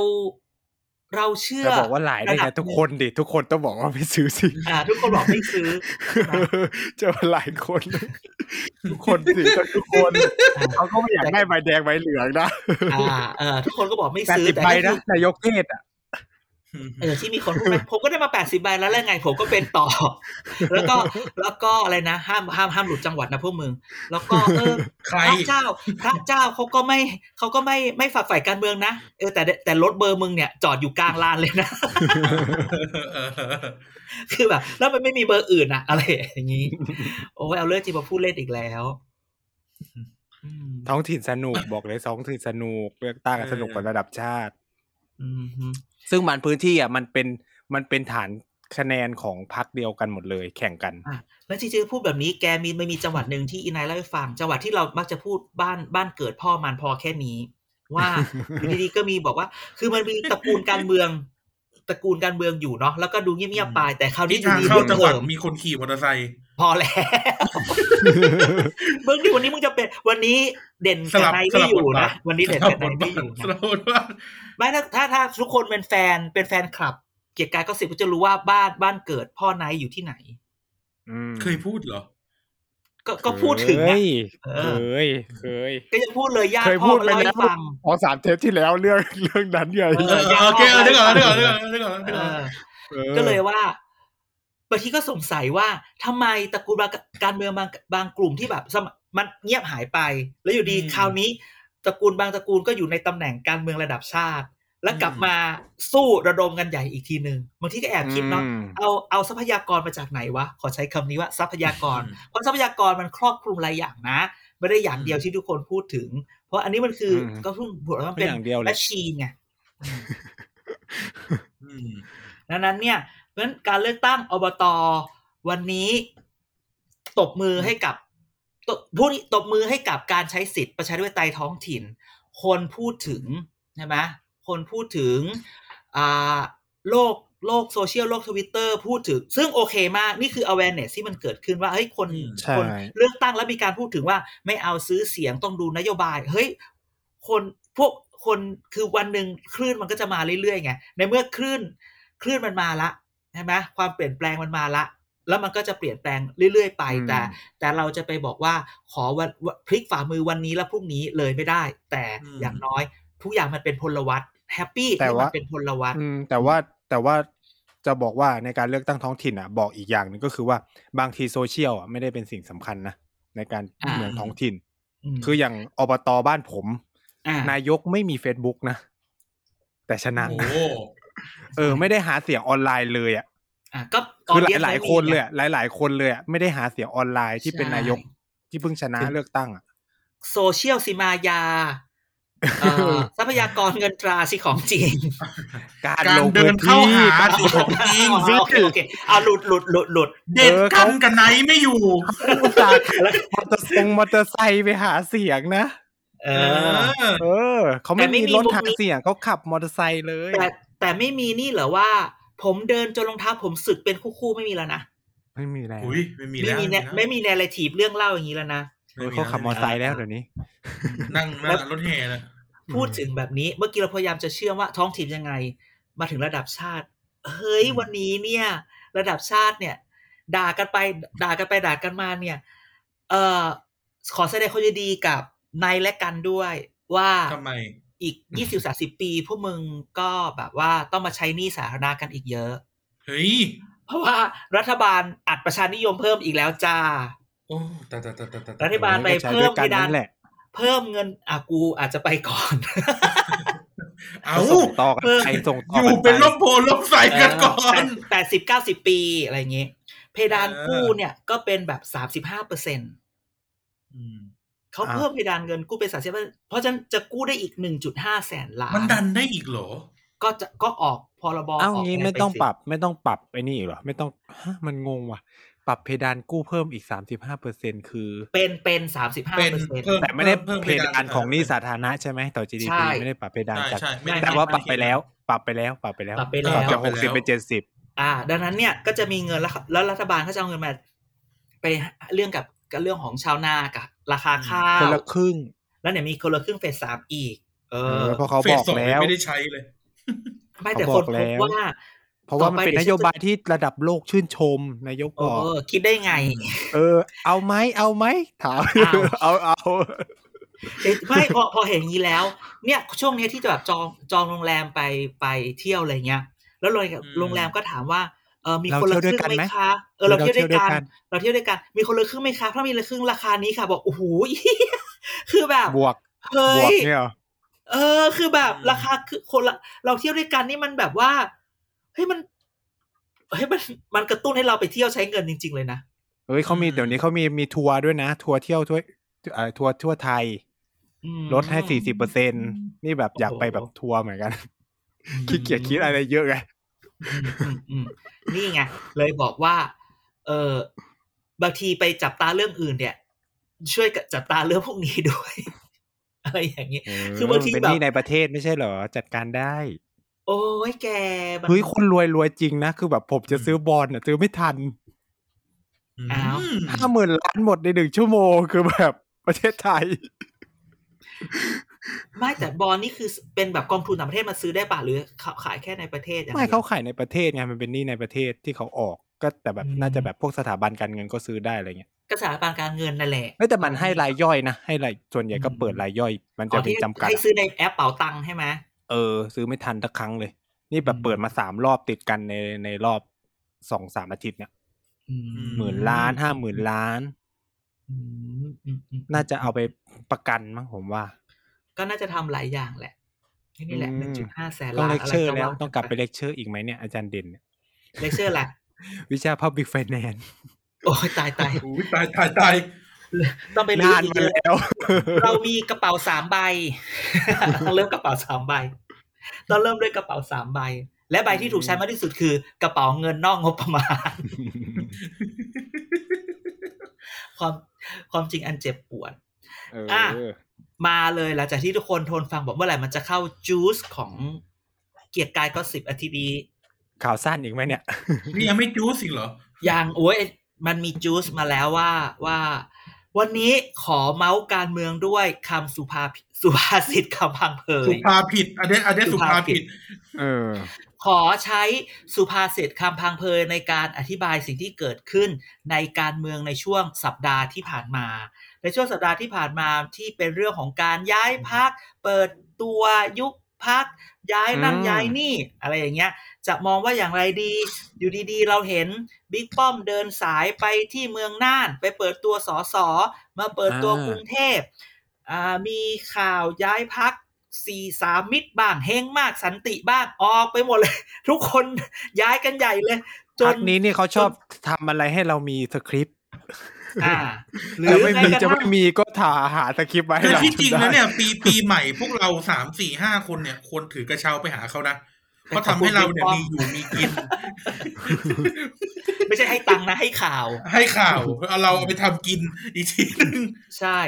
C: เราเชื่อ
B: จะบอกว่าหลายได้
C: ระดั
B: ไง
C: บ
B: ทุกคนดิทุกคนต้องบอกว่าไม่ซื้อสิ
C: อ่าทุกคนบอกไม่ซื้อ ช่
B: จะว่าหลายคน ทุกคนสิทุกคนเขาก็ไม่อยากได้ใบแดงใบเหลืองนะ
C: อ่าเออทุกคนก็บอกไม่
B: แปด
C: ซื้อ
B: สิบ
C: แต่
B: ใบ
C: ก็คื
B: นะ
C: อ
B: นายกเทศอ่ะ
C: เออที่มีคนพูดไป ผมก็ได้มา 80 ใบแล้วแล้วไง ผมก็เป็นต่อ แล้วก็แล้วก็อะไรนะ ห้ามห้ามห้ามหลุดจังหวัดนะพวกมึง แล้วก็เอ อ
A: ใคร
C: พระเจ้า พระเจ้าเขาก็ไม่เขาก็ไม่ไม่ฝักใฝ่การเมืองนะเออแต่แต่รถเบอร์มึงเนี่ยจอดอยู่กลางลานเลยนะ คือแบบแล้วมันไม่มีเบอร์อื่นอะ อะไรอย่างนี้ โอ้ยเอาเรื่องจริงมาพูดเล่นอีกแล้วอืม
B: ท้องถิ่นสนุกบอกเลยท้องถิ่นสนุกเลือกตั้งอะ
A: เออ
B: สนุกกว่าระดับชาติ
C: อืมฮึ
B: ซึ่งมันพื้นที่อ่ะมันเป็นมันเป็นฐานคะแนนของพรรคเดียวกันหมดเลยแข่งกัน
C: อ่ะแล้วจริงๆพูดแบบนี้แกมีมันมีจังหวัดหนึ่งที่อีนายเล่าให้ฟังจังหวัดที่เรามักจะพูดบ้านบ้านเกิดพ่อมันพอแค่นี้ ว่า อยู่ดีๆก็มีบอกว่า คือมันมีตระกูลการเมือง ตระกูลการเมืองอยู่เนาะแล้วก็ดูเงียบๆไปแต่คราวนี้
A: ที่
C: อ
A: ทาง
C: ยู่ดี
A: เข้า
C: เลือก
A: จังหวัด
C: เทอม
A: มีคนขี่มอเตอร์ไซค์
C: พอแล้ว เบิ้งดิวันนี้มึงจะเป็นวันนี้เด่น
A: ส
C: กับ
A: ลับ
C: ไนท์
A: สลั
C: ไม่
A: บ
C: อบ ยู่
A: ทบา
C: นะ
A: ท
C: วันนี้เด่น
A: สลั
C: กับ
A: บ
C: ไนท์
A: บท
C: ไม่อยู่
A: บาทส
C: นะ
A: ลับบทบาท
C: ไม่ถ้าถ้าถ้าทุกคนเป็นแฟนเป็นแฟนคลับ เกียรติกายก็สิบก็จะรู้ว่าบ้านบ้านเกิดพ่อไนท์อยู่ที่ไหน
B: อืม
A: เคยพูดเหรอ
C: ก็ก็พูดถึง
B: เค
C: นะ
B: ย
C: เอ
B: เค
C: อ
B: ยเคย
C: ก็ยังพูดเลยญาติ
B: เคย
C: พ่
B: พู
C: อ
B: ด
C: มา
B: ไป
C: เล่า
B: แล้
C: ให้
B: ว
C: ฟัง
B: อ๋อสามเทปที่แล้วเรื่องเรื่องนั้นไง
C: เอ
A: เอ
C: อ
A: อ
C: ยัง
A: โอเค
C: ออก
A: เอาเดี๋ยวก่อน
C: ไม่
A: เดี๋ยวก่อน
C: ได้
A: เดี๋ยวก่อนเดี๋ยวก่อนเดี๋ยวก่อน
C: เออ
B: ออ
C: ก็เลยว่าบางทีก็สงสัยว่าทำไมตระกูลบางการเมืองบางบางกลุ่มที่แบบสมมันเงียบหายไป แล้วอยู่ดีคราวนี้ ตระกูลบางตระกูลก็อยู่ในตำแหน่งการเมืองระดับชาติ แล้วกลับมาสู้ระดมกันใหญ่อีกทีหนึ่งบางทีก็แอบคิดเนาะ
B: อืม
C: เอาเอาทรัพยากรมาจากไหนวะ ขอใช้คำนี้ว่าทรัพยากร เพราะทรัพยากรมันครอบคลุมหลายอย่างนะ ไม่ได้อย่างเดียวที่ทุกคนพูดถึง เพราะอันนี้มันคืออก็เพิ่งบอกว่ามัน
B: ไม่
C: เป็น
B: อย่างเดียวเล
C: แม
B: ย
C: ชชีนไง
A: อืม
C: ดังนั้นเนี่ยเพราะฉะนั้นการเลือกตั้งอบตวันนี้ ตบมือให้กับตบพูดตบมือให้กับการใช้สิทธิประชาธิปไตยท้องถิ่น คนพูดถึงใช่ไหมคนพูดถึงอ่าโลกโลกโซเชียลโลกทวิตเตอร์พูดถึง ซึ่งโอเคมาก นี่คือ awareness ที่มันเกิดขึ้นว่าเฮ้ยคน
A: อืม
B: ใช่
C: คนเลือกตั้งแล้วมีการพูดถึงว่าไม่เอาซื้อเสียงต้องดูนโยบาย เฮ้ย คนพวกคนคือวันหนึ่งคลื่นมันก็จะมาเรื่อยๆไงในเมื่อคลื่นคลื่นมันมาละใช่ไหมความเปลี่ยนแปลงมันมาละ แล้วมันก็จะเปลี่ยนแปลงเรื่อยๆ ไปแต่ แต่เราจะไปบอกว่าขอวันวันพลิกฝ่ามือวันนี้แล้วพรุ่งนี้เลยไม่ได้ แต่
A: อืม
C: อย่างน้อย ทุกอย่างมันเป็นพลวัตแฮปปี้
B: แต่
C: ที่มั
B: ว่า
C: นเป็นพลวัต
B: อืมแต่ว่าแต่ว่าจะบอกว่าในการเลือกตั้งท้องถิ่นอ่ะ บอกอีกอย่างหนึ่งก็คือว่าบางทีโซเชียลอ่ะไม่ได้เป็นสิ่งสำคัญนะในการ
C: อ่า
B: เมืองท้องถิ่น
C: ม
B: คืออย่างอบตบ้านผม
C: อ่ะ
B: นายกไม่มี Facebook นะ แต่ชนะ
A: โอ้
B: นะ
A: โห
B: เออ ไม่ได้หาเสียงออนไลน์เลยอ่ะ
C: อ่ะก็
B: คือหลาย
C: audience
B: หลาย
C: ไม่
B: คน
C: มีไง
B: เลยอะหลายหลายคนเลยอะไม่ได้หาเสียงออนไลน์ที่เป็นนายก
C: ใช่
B: ที่เพิ่งชนะเลือกตั้งอ่ะ
C: โซเชียลสิมายาเอ่ อ ทรัพยากรเงินตราสิของจีน
B: การ
A: การ
B: ลง
A: เดิ
B: พื้
A: น
B: น
A: เข้า
B: ที่
A: หาสิของจริง
C: อ๋อโอเคโอเคเอาหลุดหลุดหลุดหลุด
A: เด็ด
B: เออ
A: กั
B: เขา
A: นกับไหนไม่อยู่
B: อุตส่าห์ขับมอเตอร์ไซค์มอเตอร์ไซค์ไปหาเสียงนะ
C: เอ
A: เอ
C: อ
A: อ
B: เออ เขาไม่
C: แต่ไม่
B: มี
C: มี
B: รถ
C: พวก
B: หา
C: นี้
B: เสียงเขาขับมอเตอร์ไซค์เลย
C: แต่แต่ไม่มีนี่เหรอว่า ผมเดินจนรองเท้าผมสึกเป็นคู่ๆไม่มีแล้วนะ
B: ไม่มีแล้ว
A: อุ้ยไม่มี
C: ไม่
A: แล้ว
C: มีเนี่ยไม่มีแนรทีฟเรื่องเล่าอย่างนี้แล้วนะ
B: เออเขาขับมอเตอร์ไซค์แล้วเดี๋ยวนี้
A: นั่งนั่งรถแห่นะ
C: พูดถึงแบบนี้เมื่อกี้เราพยายามจะเชื่อมว่าท้องถิ่นยังไง มาถึงระดับชาติ เฮ้ยวันนี้เนี่ย ระดับชาติเนี่ย ด่ากันไปด่ากันไปด่ากันมาเนี่ย เอ่อขอแสดงความยินดีกับนายและกันด้วย ว่า
A: ทำไม
C: อีกยี่สิบสาสิบปี พวกมึงก็แบบว่าต้องมาใช้หนี้สาธารณะกันอีกเยอะ
A: เฮ้ย
C: เพราะว่ารัฐบาลอัดประชานิยมเพิ่มอีกแล้วจ้า
A: โอ้ตายตายตายตายตาย
C: รัฐบาลไป
B: ใช้
C: เพิ่
B: ด้ว
C: ม
B: ยกัน
C: เพดา
B: นั่
C: น
B: นแหละ
C: เพิ่มเงินอ่ะกูอาจจะไปก่อน
A: เอา
B: ส่งต่อกันไปส่งต่อ
A: อ
B: กั
A: ยู่
B: นไป
A: เป็นลมโพลมใส่กันก่อน
C: แปดสิบเก้าสิบปีอะไรอย่างเงี้ยเพดาน
A: เออ
C: กู้เนี่ยก็เป็นแบบสามสิบห้าเปอร์เซ็นเขาเพิ่มเพดานเงินกู้เป็นสามสิบเพราะฉะนั้นจะกู้ได้อีกหนึ่งจุดห้าแสนล้าน
A: มันดันได้อีกเหรอ
C: ก็จะก็ออกพรบ
B: เอางี้
C: กะร
B: ไม่ต้อง
C: สิ
B: ปรับไม่ต้องปรับไอ้นี่อีกเหรอไม่ต้องฮะมันงงว่ะ ปรับเพดานกู้เพิ่มอีกสามสิบห้าเปอร์เซ็นคือ
C: เป็นเป็นสามสิบห้า
A: เป็น
C: เปอร์เซ็นต์
A: เพิ่ม
B: แต่ไม่ได้
A: เพิ่ม
B: เพดานของหนี้สาธารณะใช่ไหมต่อ
C: ใช่
B: GDP ไม่ได้ปรับเพดาน
A: ใช่
B: จาก
A: ใช่ไม่ได้
B: แต่ว่าปรับไปแล้ว ปรับไปแล้ว ปรับไปแล้ว
C: ปรับไปแล้ว
B: จากหกสิบเป็
A: ปรับไปแล้
B: น
A: ว
B: เจ็ดสิบ
C: อ่า ดังนั้นเนี่ยก็จะมีเงินแล้วครับแล้วรัฐบาลก็จะเอาเงินมา ไปเรื่องกับกับเรื่องของชาวนากับราคาข้า
B: ค
C: วน
B: ละครึ่ง
C: แล้วเนี่ยมีคนละครึ่งเฟสสามอีก เอ
B: เอ
C: อ
B: อเพราะเขา
A: เฟ
B: บ
A: ส
B: อก
A: สอง
B: แล้ว
A: ไม่ได้ใช้เลย
C: ไม่แต่
B: เขา
C: ค
B: บอ
C: น
B: กแล้ว
C: พบว่า
B: เพราะว่ามัน
C: ต่อไป
B: เป็นนโยบายที่ระดับโลกชื่นชมนายก
C: เอ
B: บอก
C: อคิดได้ไง
B: เออ เอาไหมเอาไหมถาม
C: เอา
B: เอาเอา
C: เอ๊ะไม่พอพอเห็นอย่างนี้แล้ว เนี่ยช่วงเนี้ยที่จะแบบจองจองโรงแรมไปไปเที่ยวอะไรเงี้ย แล้วโรงแรม
A: อืม
C: โรงแรมก็ถามว่าเออมีคนละครึ่งไหมคะเออเราเที่ยวด้วยกัน เราเที่ยวด้วยกัน มีคนละครึ่งไหมคะถ้ามีละครึ่งราคานี้ค่ะบอกโอ้โห คือแบบ
B: บวก
C: เฮ้
B: บวก
C: ย
B: เนี่ยเหรอ
C: เออ คือแบบราคาคือคนละเราเที่ยวด้วยกันนี่มันแบบว่าเฮ้ยมันเฮ้ยมันมันกระตุ้นให้เราไปเที่ยวใช้เงินจริง ๆ เลยนะ
B: เอ้ยเขามีเดี๋ยวนี้เขามีมีทัวร์ด้วยนะ ทัวร์เที่ยวทัวร์เอ่อทัวร์ทั่วไทย
C: อืม
B: ลดให้สี่สิบเปอร์เซ็นนี่แบบอยากไปแบบทัวร์เหมือนกัน ขี้เกียจคิดอะไรเยอะไง
C: อืมอืมอืมนี่ไง เลยบอกว่า เออบางทีไปจับตาเรื่องอื่นเนี่ย ช่วยกับจับตาเรื่องพวกนี้ด้วย อะไรอย่างนี้ คือบางที
B: เป็น
C: แบบ
B: หนี้ในประเทศไม่ใช่เหรอ จัดการได้
C: โอ้ยแกมัน
B: เฮ้ยคนรวยรวยจริงนะ คือแบบผมจะซื้อบอลน่ะซื้อไม่ทัน
C: อ้าว
A: อืม
B: ห้าหมื่นล้านหมดในหนึ่งชั่วโมงคือแบบ ประเทศไทย
C: ไม่แต่บอลนี่คือเป็นแบบกองทุนต่างประเทศมาซื้อได้ป่ะหรือเขาขายแค่ในประเทศอย่าง
B: ไม่
C: ดียว
B: เขาขายในประเทศไงมันเป็นหนี้ในประเทศที่เขาออก ก็แต่แบบ
C: อืม
B: น่าจะแบบพวกสถาบันการเงินก็ซื้อได้อะไรเงี้ย
C: กระสถาบันการเงินนั่นแหละ
B: เอ้ยแต่มันให้รายย่อยนะให้รายส่วนใหญ่ก็
C: อืม
B: เปิดรายย่อย มันจะ
C: อ๋อ
B: มี
C: ที่
B: จำกัด
C: ให้
B: อะ
C: ซื้อในแอปเป๋าตังค์ใช่ไหม
B: เออ ซื้อไม่ทันทุกครั้งเลย นี่แบบ
C: อืม
B: เปิดมาสามรอบติดกันในในรอบสองสามอาทิตย์เนี่ย
C: อืม
B: หมื่นล้านห้าหมื่นล้าน
C: อืมอืมอืม
B: น่าจะเอาไปประกันมั้งผมว่า
C: ก็น่าจะทำหลายอย่างแหละนี่แหละ
B: อื
C: ห
B: ม
C: นึ่งจุดห้าแสน
B: ต้อ
C: ล้าง น
B: เลคเชอร์
C: ะ
B: แล้ว
C: า
B: ต้องกลับไปเลคเชอร์อีกไหมเนี่ยอาจารย์เด่นเนี่ย
C: เลคเชอร์แหละ
B: วิชา Public Finance
C: โอ้ยตายตาย
A: อุ๊ยตายตายตาย
C: ต้องไปเรีย
B: นาน น
C: เย
B: มา
C: อะ
B: แล้ว
C: เรามีกระเป๋าสามใบ ต้องเริ่มกระเป๋าสามใบต้องเริ่มด้วยกระเป๋าสามใบ และใบที่ถูกใช้มากที่สุดคือกระเป๋าเงินนอกงบประมาณ ความความจริงอันเจ็บปวด
B: เออ
C: อ่ะ มาเลยหลังจากที่ทุกคนทนฟังบอกเมื่อไหร่มันจะเข้าจูสของเกียรติกายก็สิบอาทิตย์นี้
B: ข่าวสั้นอีกไหมเนี่ย
A: นี่ยังไม่จู๊สิเหรอ
C: ยังโอ้ยมันมีจูสมาแล้วว่าว่า วันนี้ขอเมาส์การเมืองด้วยคำสุภาพสุภาษิตคำพังเพ
A: สุ
C: ย
A: ภาผิดอันเนี้ยอันเนี้ย
C: สุ
A: สุ
C: ภา
A: ภา
C: ผิ
A: ผิ
C: ด
A: ด
B: เออ
C: ขอใช้สุภาษิตคำพังเพยในการอธิบายสิ่งที่เกิดขึ้นในการเมืองในช่วงสัปดาห์ที่ผ่านมา ในช่วงสัปดาห์ที่ผ่านมาที่เป็นเรื่องของการย้ายพัก เปิดตัวยุบพัก ย้ายนั่น
B: อืม
C: ย้ายนี่ อะไรอย่างเงี้ย จะมองว่าอย่างไรดี อยู่ดีๆ เราเห็นบิ๊กป้อมเดินสายไปที่เมืองน่าน ไปเปิดตัวสอสอมาเปิดตัวกรุงเทพอ่ามีข่าวย้ายพักสี่สามมิตรบ้างเฮงมากสันติบ้างออกไปหมดเลย ทุกคนย้ายกันใหญ่เลย จ
B: พั
C: น
B: กนี้นี่เขาชอบทำอะไรให้เรามีสคริปต์
C: อ่าหรือ
B: จะไม่มี
C: แม้กระ
B: จะ
C: ทั่ง
B: ไม่มีก็ถ่าหาสคริปต์ไว้ให้
A: แต่
B: เรา
A: ที่จริงแล้ว
B: ได้
A: เนี่ยปีปีใหม่พวกเราสามสี่ห้าคนเนี่ยควรถือกระเช้าไปหาเขานะเพราะทำให้เราเนี่ยมีอยู่มีกิน
C: ไม่ใช่ให้ตังค์นะให้ข่าว
A: ให้ข่าวเอาเราเอาไปทำกินอีกทีนึง
C: ใช่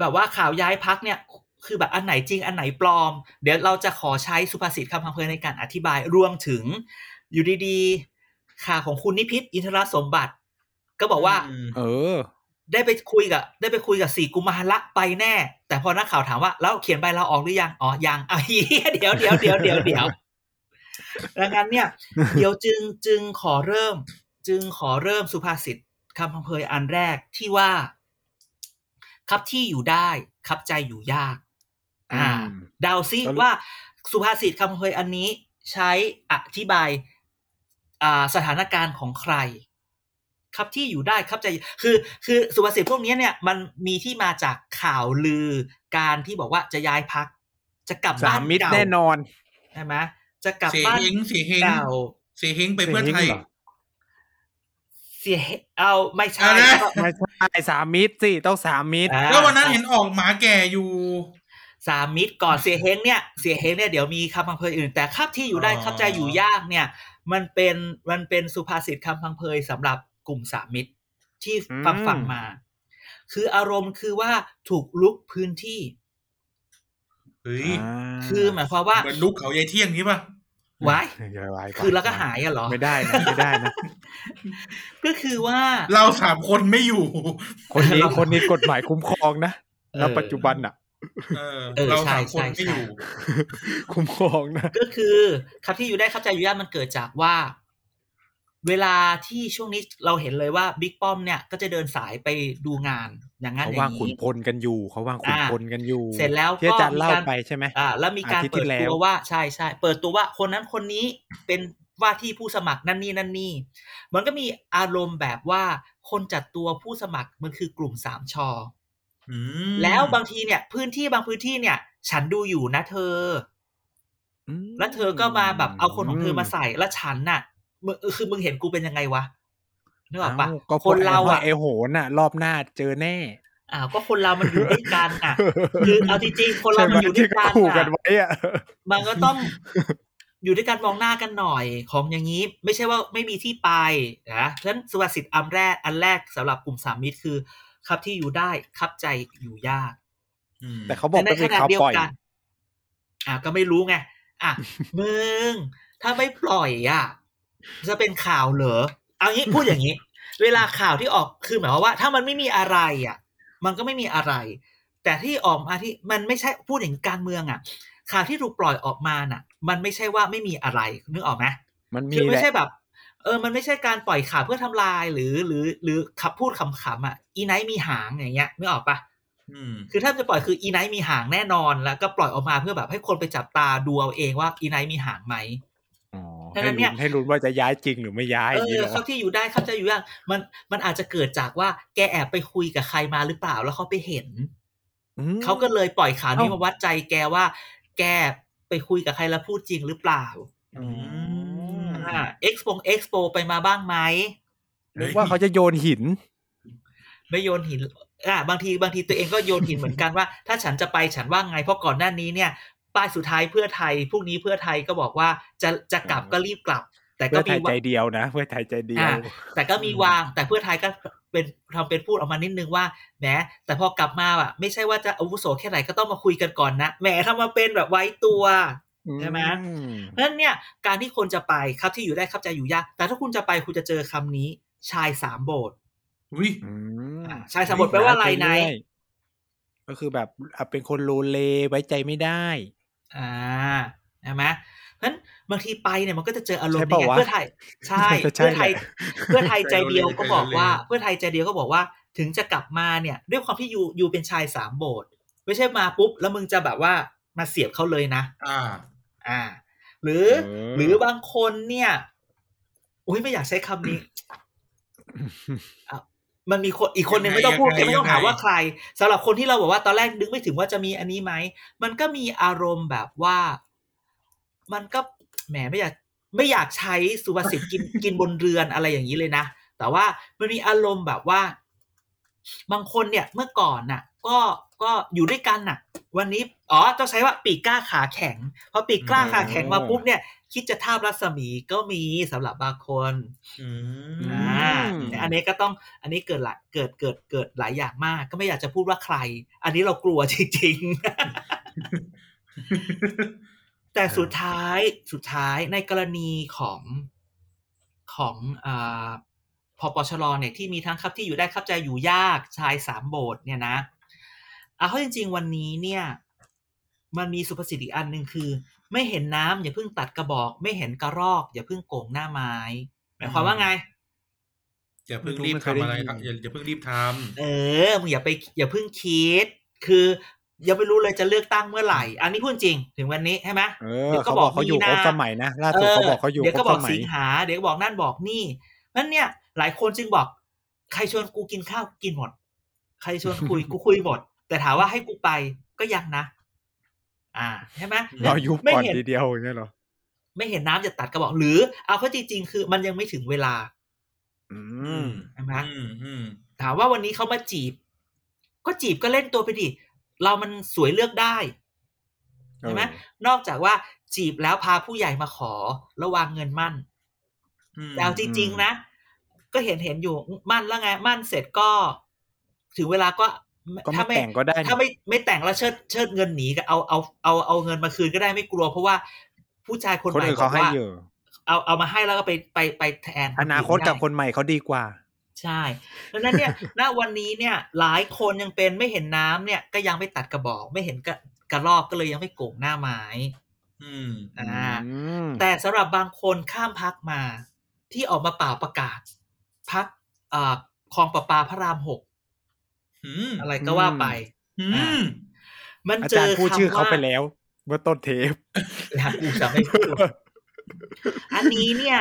C: แบบว่าข่าวย้ายพักเนี่ย คือแบบอันไหนจริงอันไหนปลอม เดี๋ยวเราจะขอใช้สุภาษิตคำพังเพยในการอธิบายรวมถึง อยู่ดีๆ ข่าวของคุณนิพิษอินทรสมบัติ ก็บอกว่า
A: อืม
B: เออ
C: ได้ไปคุยกับ ได้ไปคุยกับสี่กุมารละไปแน่ แต่พอนักข่าวถามว่าแล้วเขียนใบลาออกหรือยังอ๋อยังเอา เฮียเดี๋ยวเดี๋ยวเดี๋ยวเดี๋ยวเดี๋ยวดังนั้นเนี่ย เดี๋ยวจึงจึงขอเริ่ม จึงขอเริ่มสุภาษิตคำพังเพยอันแรกที่ว่า ครับที่อยู่ได้ครับใจอยู่ยาก อ่า
B: อืม
C: เดาซิ
B: แล้ว
C: ว่าสุภาษิตคำพังเพยอันนี้ใช้อธิบายอ่าสถานการณ์ของใคร ครับที่อยู่ได้ครับใจอยู่คือ คือสุภาษิตพวกนี้เนี่ย มันมีที่มาจากข่าวลือการที่บอกว่าจะย้ายพัก จะกลับ
B: สา
C: บ้าม น
B: มิตร
C: เก่า
B: แน่นอน
C: ใช่ไหมจะกลับ
A: เสีย
C: บ้าน
A: เฮงเสียเฮง
C: เก่า
A: เสียเฮงไปเพื่อไทย
B: สียงหร
C: เสียเหเอาไม่ใช่
A: อะไรนะ
C: ก็
B: ไม่ใช่สามมิตรสิต้องสามมิตร
C: อ่า
A: แล้ววันนั้นเห็นออกหมาแก่อยู่
C: สามมิตรก่อนเสียเฮงเนี่ยเสียเฮงเนี่ยเดี๋ยวมีคำพังเพยอื่น แต่ครับที่อยู่ได้ครับใจอยู่ยากเนี่ย มันเป็นมันเป็นสุภาษิตคำพังเพยสำหรับกลุ่มสามมิตรที่
B: อืม
C: ฟังฟังมา คืออารมณ์คือว่าถูกลุกพื้นที่
A: เฮ้ย
B: อ่า
C: คือหมายความว่า
A: เหมือนลูกเขายายเที่ยงนี้ป่ะ
C: ไว้
B: อย่าไว้ก่น
C: คือแล้วก็หายอะเหรอ
B: ไม่ได้นะไม่ได้นะ
C: ก็คือว่า
A: เราสามคนไม่อยู่
B: คนนี้
C: เรา
B: คนนี้กฎหมายคุ้มครองนะณปัจจุบันอ่ะ
A: เออ
C: เออ
A: เรา
C: ใช่
A: สามคน
C: ใช่
A: ไม่
C: ใช่
A: อยู่
B: คุ้มครองนะ
C: ก็คือครับที่อยู่ได้ครับใจอยู่ยากมันเกิดจากว่า เวลาที่ช่วงนี้เราเห็นเลยว่าบิ๊กป้อมเนี่ยก็จะเดินสายไปดูงาน อย่างนั้นอย่าว
B: เขาาง
C: ง
B: ขุน
C: นี้
B: พลกันอยู่เขาวางขุนพลกันอยู่
C: เสร็จแล้ว
B: ที่อาจารย์
C: ก็มี
B: เล่า
C: การ
B: ไปใช่ไหม
C: อ่า แล้วมีการ
B: อาทิตย์
C: เปิด
B: ที่แล้ว
C: ตัวว่าใช่ใช่เปิดตัวว่าคนนั้นคนนี้เป็นว่าที่ผู้สมัครนั่นนี่นั่นนี่ มันก็มีอารมณ์แบบว่าคนจัดตัวผู้สมัครมันคือกลุ่มสามชอ
A: อืม
C: แล้วบางทีเนี่ย พื้นที่บางพื้นที่เนี่ย ฉันดูอยู่นะเธอ
B: อืม
C: แล้วเธอก็มาแบบเอาคนของเธอมาใส่แล้วฉันน่ะมึงเออคือมึงเห็นกูเป็นยังไงวะนึกออกปะ
B: เาก็
C: คนเราอ่ะ
B: ไอโหนอ่ะ รอบหน้าเจอแน่
C: อ้าวก็คนเรามันอยู่ด้วยกันอ่ะ คือเอาจริงๆคนเรามันอยู่ด้วยกัน
B: ใช่ไหมที่เขาขู่
C: อ่ะ
B: กันไว้อ่ะ
C: มันก็ต้อง อยู่ด้วยกันมองหน้ากันหน่อย ของอย่างนี้ ไม่ใช่ว่าไม่มีที่ไปนะฉะนั้นสุภาษิตอันแรกอันแรกสำหรับกลุ่มสามมิตรคือ ครับที่อยู่ได้ครับใจอยู่ยาก
A: อืม
B: แต่เขาบอก
C: ใน
B: ว่า
C: ข
B: เป็น
C: ณะ
B: ข่าว
C: เดียว
B: ปล่อย
C: กัน อ่ะก็ไม่รู้ไง อ่ะ มึง ถ้าไม่ปล่อยอ่ะ จะเป็นข่าวเหรอ เอางี้พูดอย่างนี้ เวลาข่าวที่ออกคือหมายความว่า ถ้ามันไม่มีอะไรอ่ะ มันก็ไม่มีอะไร แต่ที่ออกมาที่มันไม่ใช่พูดถึงการเมืองอ่ะ ข่าวที่ถูกปล่อยออกมาน่ะ มันไม่ใช่ว่าไม่มีอะไรนึกออกไหม
B: มันมี
C: คือ
B: แห
C: ไม่
B: ละ
C: ใช่แบบ เออ มันไม่ใช่การปล่อยข่าวเพื่อทำลายหรือหรือหรือขับพูดคำๆอ่ะ อีไนท์มีหางอย่างเงี้ยนึกออกปะ
A: อืม
C: คือถ้าจะปล่อยคืออีไนท์มีหางแน่นอนแล้วก็ปล่อยออกมาเพื่อแบบให้คนไปจับตาดูเอาเองว่าอีไนท์มีหางไหม
B: อ๋อ
C: ดัง
B: ให้
C: นั้นเนี่
B: ลุ้
C: ย
B: นให้ลุ้นว่าจะย้ายจริงหรือไม่ย้ายอ
C: เอย่าง
B: นี้
C: อ
B: เหรอ
C: เขาที่อยู่ได้เขาจะอยู่ยากมันมันอาจจะเกิดจากว่าแกแอบไปคุยกับใครมาหรือเปล่าแล้วเขาไปเห็น
B: อืม
C: เขาก็เลยปล่อยข่าวนี้
B: เอ้าม
C: มาวัดใจแกว่า แกไปคุยกับใครแล้วพูดจริงหรือเปล่า
A: อืม
C: อ่าเอ็กซ์ปงเอ็กซ์โปไปมาบ้างไหม
B: นึกว่าเขาจะโยนหิน
C: ไม่โยนหิน อ่า บางทีบางทีตัวเองก็โยนหินเหมือนกันว่า ถ้าฉันจะไปฉันว่าไง เพราะก่อนหน้านี้เนี่ย ป้ายสุดท้ายเพื่อไทย พรุ่งนี้เพื่อไทยก็บอกว่าจะจะกลับก็รีบกลับ แต่ก็
B: เพื่อไทยใจ
C: มีวาง
B: เดียวนะ เพื่อไทยใจเดียว
C: อ่าแต่ก็มีวาง แต่เพื่อไทยก็เป็นทำเป็นพูดออกมานิดนึงว่า แหม แต่พอกลับมาอ่ะ ไม่ใช่ว่าจะอาวุโสแค่ไหนก็ต้องมาคุยกันก่อนนะ แหมทำมาเป็นแบบไว้ตัว ใช่ไหม
B: อืม
C: เพราะฉะนั้นเนี่ย การที่คนจะไปครับที่อยู่ได้ครับจะอยู่ยาก แต่ถ้าคุณจะไปคุณจะเจอคำนี้ ชายสามโบสถ์
A: อุ้ย
B: อืม
C: อ่าชายสามโบสถ์แปลว่าอะไรนาย
B: ก็คือแบบอ่ะเป็นคนโลเลไว้ใจไม่ได้
C: อ่าใช่ไหมเพราะฉะนั้นบางทีไปเนี่ยมันก็จะเจออารมณ์
B: ใช่ปะ
C: นี้ไง
B: วะ
C: เพื่อไทย ใช่
B: น่าจะใช่
C: เพื่อไทย
B: แหละ
C: เพื่อไทยใจเดียวก็บอกว่า
A: ใจเดียว
C: เพื่อไทยใจเดียวก็บอกว่า ถึงจะกลับมาเนี่ย ด้วยความที่ยูยูเป็นชายสามโบสถ์ไม่ใช่มาปุ๊บ แล้วมึงจะแบบว่ามาเสียบเขาเลยนะ
A: อ่า
C: อ่า หรือ
B: เออ
C: หรือบางคนเนี่ยอุ้ยไม่อยากใช้คำนี้อ่ะมันมีคนอีกคนหนึ่ง
A: ยังไง
C: ไม่ต้องพูด
A: ยังไง
C: แต่ไม่ต้องถาม
A: ยังไง
C: ว่าใครสำหรับคนที่เราบอกว่าตอนแรกนึกไม่ถึงว่าจะมีอันนี้ไหมมันก็มีอารมณ์แบบว่า มันก็แหมไม่อยาก ไม่อยากใช้สุภาษิตกิน กินบนเรือนอะไรอย่างนี้เลยนะ แต่ว่ามันมีอารมณ์แบบว่า บางคนเนี่ยเมื่อก่อนน่ะ ก็ก็อยู่ด้วยกันน่ะ วันนี้อ๋อต้องใช้ว่าปีกกล้าขาแข็งพอปีกกล้าขาแข็งมาปุ๊บเนี่ย คิดจะทาบรัศมีก็มีสำหรับบางคน
A: อืม
C: อ่าอันนี้ก็ต้องอันนี้เกิดหลายเกิดเกิดเกิดหลายอย่างมาก ก็ไม่อยากจะพูดว่าใคร อันนี้เรากลัวจริงๆ แต่สุดท้ายสุดท้ายในกรณีของของอาพอปชรเนี่ยที่มีทั้งครับที่อยู่ได้ครับใจอยู่ยากชายสามโบสถ์เนี่ยนะเอาเข้าจริง ๆ วันนี้เนี่ย มันมีสุภาษิตอีกอันหนึ่งคือ ไม่เห็นน้ำอย่าเพิ่งตัดกระบอก ไม่เห็นกระรอก อย่าเพิ่งโกงหน้าไม้หมายความว่าไง
A: อย่าเพิ่งรีบทำอะไรครับอย่าอย่าเพิ่งรีบท
C: เออมึงอย่าไปอย่าเพิ่งคิด คือยังไม่รู้เลยจะเลือกตั้งเมื่อไหร่ อันนี้พูดจริง ถึงวันนี้ใช่ไหม
B: เออ
C: เดี๋ยวก็
B: เขาบอก
C: บอก
B: เขาอยู่
C: มี
B: ครบ
C: นา
B: สมัยนะล่าสุดเขาบอกเขาอยู่
C: เดี๋ยว
B: คร
C: ก็
B: บบ ส
C: อก
B: มัย
C: สิงหา เดี๋ยวก็บอกนั่นบอกนี่นั่นเนี่ยหลายคนจึงบอกใครชวนกูกินข้าวกินหมด ใครชวน คุย กูคุยหมด แต่ถามว่าให้กูไปก็ยังนะ อ่าใช่ไหม
B: รอยุบ
C: ไม่
B: ก่อน
C: เห็น
B: ทีเดียวอย่างเงี้ยเหรอ
C: ไม่เห็นน้ำจะตัดกระบอก หรือเอาเข้าจริงๆคือมันยังไม่ถึงเวลา
B: อื
A: ำ
B: ม
C: ใช่ไหม
A: อืมอืม
C: ถามว่าวันนี้เขามาจีบ ก็จีบก็เล่นตัวไปดิ เรามันสวยเลือกได้ ใช่ไหม
B: เออน
C: อกจากว่าจีบแล้วพาผู้ใหญ่มาขอระวางเงินมั่น
A: อืม
C: แต่เอาจริง ๆ นะ ก็เห็นเห็นอยู่มั่นแล้วไง มั่นเสร็จก็ ถึงเวลาก็
B: ก็ไม่แต่งก็ได้
C: ถ้าไม่ไม่แต่งแล้วเชิดเชิดเงินหนีก็เอาเอาเอาเอาเงินมาคืนก็ได้ไม่กลัว เพราะว่าผู้ชายคน
B: คน
C: ใหม่
B: อื่น
C: บ
B: เขา
C: อก
B: ให้
C: ว่า
B: เยอะ
C: เอาเอามาให้แล้วก็ไปไปไปแทน
B: อนาคต
C: ได้
B: กับคนใหม่เขาดีกว่า
C: ใช่ดังนั้นเนี่ย ณ วันนี้เนี่ย หลายคนยังเป็นไม่เห็นน้ำเนี่ย ก็ยังไม่ตัดกระบอก ไม่เห็นกระกระรอกก็เลยยังไม่โกงหน้าไม้
A: อืม
C: อ่า
B: อืม
C: แต่สำหรับบางคนข้ามพักมา ที่ออกมาเป่าประกาศ พักเอ่อคลองประปาพระรามหก
A: อืม
C: อะไรก็ว่าไป
A: อืม
C: มัน
B: อา
C: เจ
B: จาร
C: อ
B: ย์พูด
C: คำว่
B: ชื่อเขาไปแล้ว เมื่อต้นเทป
C: อยากกูจะไม่พูด อันนี้เนี่ย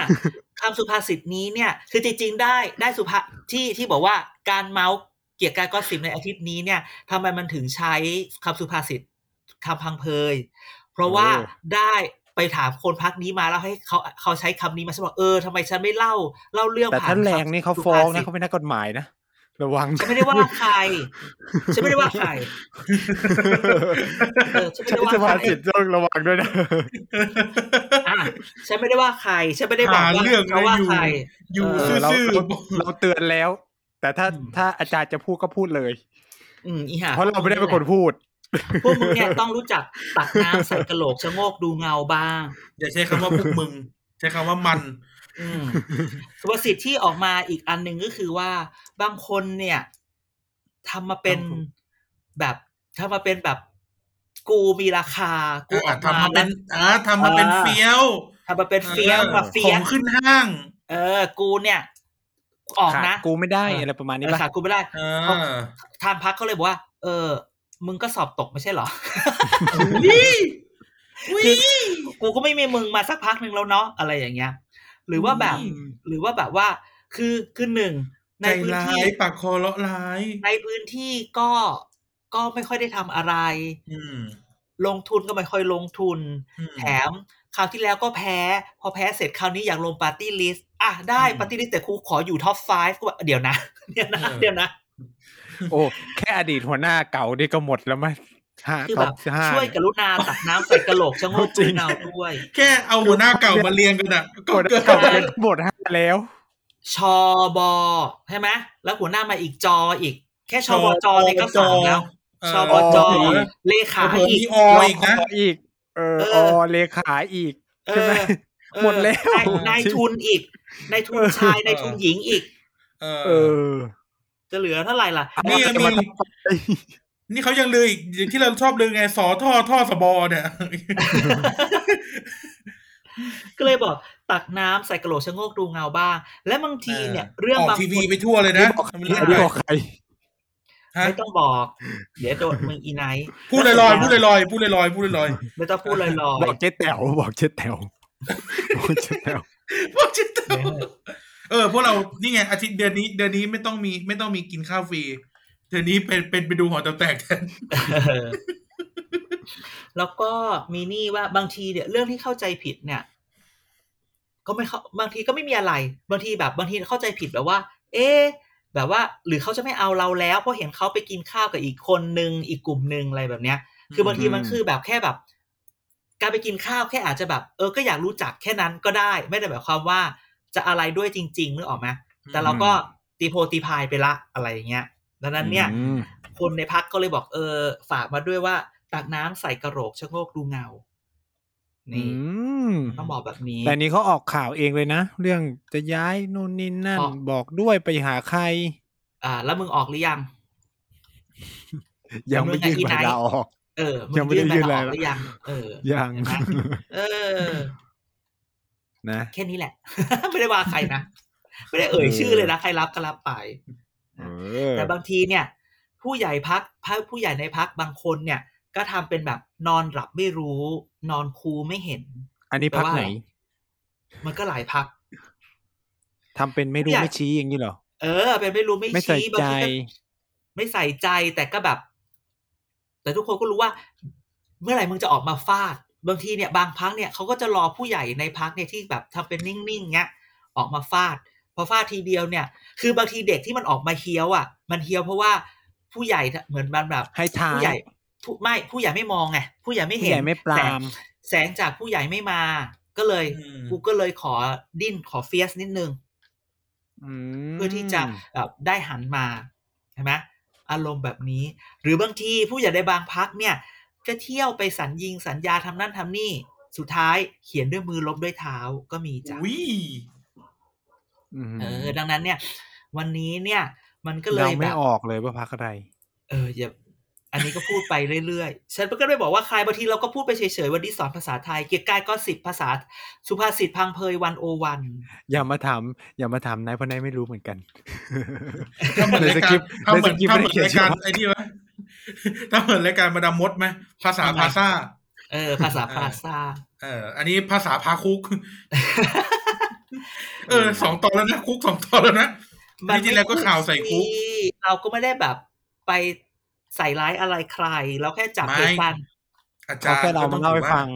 C: คำสุภาษิตนี้เนี่ย คือจริงๆได้ได้สุภาที่ที่บอกว่าการเมาส์เกี่ยวกับการก็สิบในอาทิตย์นี้เนี่ยทำไมมันถึงใช้คำสุภาษิตคำพังเพย เพราะว่า
B: เออ
C: ได้ไปถามคนพักนี้มาแล้วให้เขาเขาใช้คำนี้มาฉันบอกเออทำไมฉันไม่เล่าเล่าเรื่อง
B: แต่
C: ผ่
B: ถ้าน แรง
C: คำ
B: นี่เขาฟ้องนะ
C: สุ
B: เขา
C: ภาษิต
B: เป็นนักกฎหมายนะระวัง
C: ฉันไม่ได้ว่าใครฉันไม่ได้ว่าใคร เออฉันไม่
B: ใช้
C: ได้ว่า
B: สมา
C: ใคร
B: ธิต้องระวังด้วยนะ
C: อ่ะฉันไม่ได้ว่าใครฉันไม่ได้บอกว่าเขาว่าใคร
A: อยู่
B: เออเรา
A: ซื่อ
B: เราเราเตือนแล้ว แต่ถ้า
C: อืม
B: ถ้าอาจารย์จะพูดก็พูดเลย
C: อืมอีห่า
B: เพราะเราไม่ได้เป็นคนพูด
C: พวกมึงเนี่ยต้องรู้จักตักน้ำใส่กระโหลกชะโงกดูเงาบ้าง
A: ๆอย่าใช้คำว่าพวกมึง ใช้คำว่ามัน
C: อืมสุภาษิตที่ออกมาอีกอันหนึ่งก็คือว่าบางคนเนี่ยทำมาเป็น
A: บางคน
C: แบบทำมาเป็นแบบกูมีราคา กูอ
A: อ่ะ
C: อก
A: ทำมา
C: แล้
A: เป็
C: วน
A: อ่ะทำมาเป็นเฟี้ยว
C: ทำมาเป็นเฟี้ยวมา
A: ข
C: เฟี้
A: อย ง
C: ว
A: ขึ้นห้าง
C: เออ กูเนี่ย ออก
B: ขาด
C: นะ
B: กูไม่ได้อะไรประมาณนี้
C: เออ
B: ป่ะ
C: ขาดกูไม่ได้
A: อ่า
C: ทางพักเขาเลยบอกว่า เออ มึงก็สอบตกไม่ใช่เหรอ นี่คือกูก็ไม่มีมึงมาสักพักหนึ่งแล้วเนาะอะไรอย่างเงี้ย หรือว่าแบบ หรือว่าแบบว่า คือคือหนึ่งใน
A: ใจ
C: พื้น
A: ร้า
C: ที่
A: ยปากคอเลาะร้าย
C: ในพื้นที่ก็ก็ไม่ค่อยได้ทำอะไร
A: อืม
C: ลงทุนก็ไม่ค่อยลงทุน
A: อืม
C: แถมคราวที่แล้วก็แพ้ พอแพ้เสร็จคราวนี้อยากลงปาร์ตี้ลิสต์อ่ะได้
A: อืม
C: ปาร์ตี้ลิสต์แต่ครูขออยู่ท็อปไฟฟ์ก็แบบเดี๋ยวนะ เดี๋ยวนะ
A: เออ
C: เดี๋ยวนะ
B: โอ้แค่อดีตหัวหน้าเก่านี่ก็หมดแล้วมั้ยห้า
C: คือ
B: ท็
C: แบ
B: อป
C: บ
B: ห้า
C: ช่วยกรุณาตักน้ำใส่กระโหลกชะโงก
B: จริง
C: เงาด้วย
A: แค่เอาหัวหน้าเก่ามาเรียงกันอ่ะก็
B: หัวห
A: เกิด
B: น้าเก่าเป็นหมดห้าแล้ว
C: ชอบอใช่ไหมแล้วหัวหน้ามาอีกจออีก แค่ชอบจอเลยก็สามแล้ว
A: เออ
C: ชอบจอ
B: เออ
C: เลขา
A: เผลอๆมี
C: อีก
A: ออยอีกนะ
B: รอีก เออ
C: เอ
B: อ
C: อ
B: เลขาอีก
C: เอ
B: ใช่ไหม
C: อเออ
B: หมดแล้ว
C: นายนายทุนอีกนายทุนชายนายทุนหญิงอีก
A: เอ
B: เอ
A: อ
B: อ
C: จะเหลือเท่าไหร่ล่ะ
A: นี่ยังมีนี่เขายังลืออีกที่เราชอบลือไงสอท่อท่อสบอเนี่ย
C: ก็เลยบอกตักน้ำใส่กระโหลกชะโงกดูเงาบ้าง และบางทีเนี่ย เรื่อง
A: ออก
C: บาง
A: ที
C: ค
A: วี
C: น
A: ไปทั่วเลยนะ
B: ไม่ได้บอกใคร
A: ฮะ
C: ไม่ต้องบอก เดี๋ยวโดนมึงอีไนท์
A: พูดลอยๆพูดลอยๆพูดลอยๆพูดลอย
C: ไม่ต้องพูดลอยๆ
B: บอกเจ๊แต๋วบอกเจ๊แต๋วบอกเจ๊แต๋ว
A: ๆพวกจิตตกเออพวกเรานี่ไงอาทิตย์เดือนนี้เดือนนี้ไม่ต้องมีไม่ต้องมีกินข้าวฟรีเดือนนี้เป็นเป็นไปดูหอแต๋วแตกแทน
C: เออ แล้วก็มีนี่ว่าบางทีเนี่ย เรื่องที่เข้าใจผิดเนี่ย ก็ไม่เข้าบางทีก็ไม่มีอะไร บางทีแบบบางทีเข้าใจผิดแบบว่า เอ๊ะแบบว่า หรือเขาจะไม่เอาเราแล้วเพราะเห็นเขาไปกินข้าวกับอีกคนนึงอีกกลุ่มนึงอะไรแบบเนี้ย คือบางทีมันคือแบบแค่แบบ การไปกินข้าวแค่อาจจะแบบ เออก็อยากรู้จักแค่นั้นก็ได้ ไม่ได้หมายความว่าจะอะไรด้วยจริงๆนึกออกไหม แต่เราก็ตีโพตีพายไปละอะไรอย่างเงี้ยดังนั้นเนี่ย
B: อืม
C: คนในพักก็เลยบอกเออ ฝากมาด้วยว่าตักน้ำใส่กระโหลกชะโงกดูเงา
B: อื
C: นี่
B: ม
C: ต้องบอกแบบนี้
B: แต่นี้เขาออกข่าวเองเลยนะ เรื่องจะย้ายนู่นนี่นั่น
C: ออก
B: บอกด้วยไปหาใคร
C: อ่า แล้วมึงออกหรือยัง
B: ยังไม่ยื่นใบลาออก
C: เออ
B: ยังไม่ได้ยื่นอะไร
C: ใบาออกหรือยังเออ
B: ยัง
C: เห็นไหมเออ
B: นะ
C: แค่นี้แหละ ไม่ได้ว่าใครนะ ไม่ได้เอ่ยชื่อเลยนะ ใครรับก็รับไป
B: เออ
C: แต่บางทีเนี่ย ผู้ใหญ่พักผู้ใหญ่ในพักบางคนเนี่ย ก็ทำเป็นแบบนอนหลับไม่รู้ นอนคูไม่เห็น
B: อันนี้พักไหน
C: มันก็หลายพัก
B: ทำเป็นไม่รู้ไม่ชี้อย่างนี้เหรอ
C: เออ เป็นไม่รู้ไม่
B: ไม่ใส่
C: ชี้บาง
B: ใจ
C: ทีก็ไม่ใส่ใจแต่ก็แบบ แต่ทุกคนก็รู้ว่า เมื่อไหร่มึงจะออกมาฟาด บางทีเนี่ย บางพักเนี่ยเขาก็จะรอผู้ใหญ่ในพักเนี่ยที่แบบทำเป็นนิ่งๆเงี้ยออกมาฟาด พอฟาดทีเดียวเนี่ย คือบางทีเด็กที่มันออกมาเฮี้ยวอ่ะ มันเฮี้ยวเพราะว่าผู้ใหญ่เหมือนมันแบบ
B: ให้ทาย
C: ผู้ใหญ่ผู้ไม่ผู้ใหญ่ไม่มองไงผู้ใหญ่ไม่
B: ผู้
C: เห็น
B: ใหญ่ไม่ปราม
C: แสงแสงจากผู้ใหญ่ไม่มา ก็เลย กูก็เลยขอดิ้นขอเฟียสนิดนึง เพื่อที่จะแบบได้หันมาใช่ไหมอารมณ์แบบนี้ หรือบางทีผู้ใหญ่ในบางพักเนี่ย ก็เที่ยวไปสัญญิงสัญญาทำนั่นทำนี่ สุดท้ายเขียนด้วยมือลบด้วยเท้าก็มีจ้ะ
A: อุ้ย
C: เออ ดังนั้นเนี่ย วันนี้เนี่ย มันก็เล
B: เรา
C: ยแบ
B: ไม่
C: บ
B: ออกเลยว่าพักอะไร
C: เอออย่าอันนี้ก็พูดไปเรื่อยๆ ฉันก็ไม่บอกว่าใครบางทีเราก็พูดไปเฉยๆวันนี้สอนภาษาไทย เกียรติกายก็สิบภาษาสุภาษิตพังเพยวันโอวัน
B: อย่ามาถามอย่ามาถามนายเพราะนายไม่รู้เหมือนกัน
A: ทำเหมือนรายการ
B: ในสคริปต์
A: ทำเหมือน
B: ในส
A: ทำเหมือ น
B: คริปต์ไม่ได้เขียน
A: รายการ
B: ชื่อ
A: ไอ้นี่วะทำเหมือนรายการมาดามมดไหมภาษา
C: ทำไม
A: ภาษา
C: เออ ภาษาภาษา
A: เออ อันนี้ภาษาพา คุก เออ สองตอนแล้วนะคุกสองตอนแล้วนะ
C: มัน
A: ที่จริงแล้วก็ข่าวใส่คุก
C: ไม่ดีเราก็ไม่ได้แบบไปใส่ร้ายอะไรใคร เราแค่จับ
A: ไม่
C: เหตุการณ์
A: อาจารย์
B: เขาแค่เรา
A: ก็ต้อ
B: มา
A: ง
B: เล่า
A: ถือ
B: ให้
A: ว่า
B: ฟัง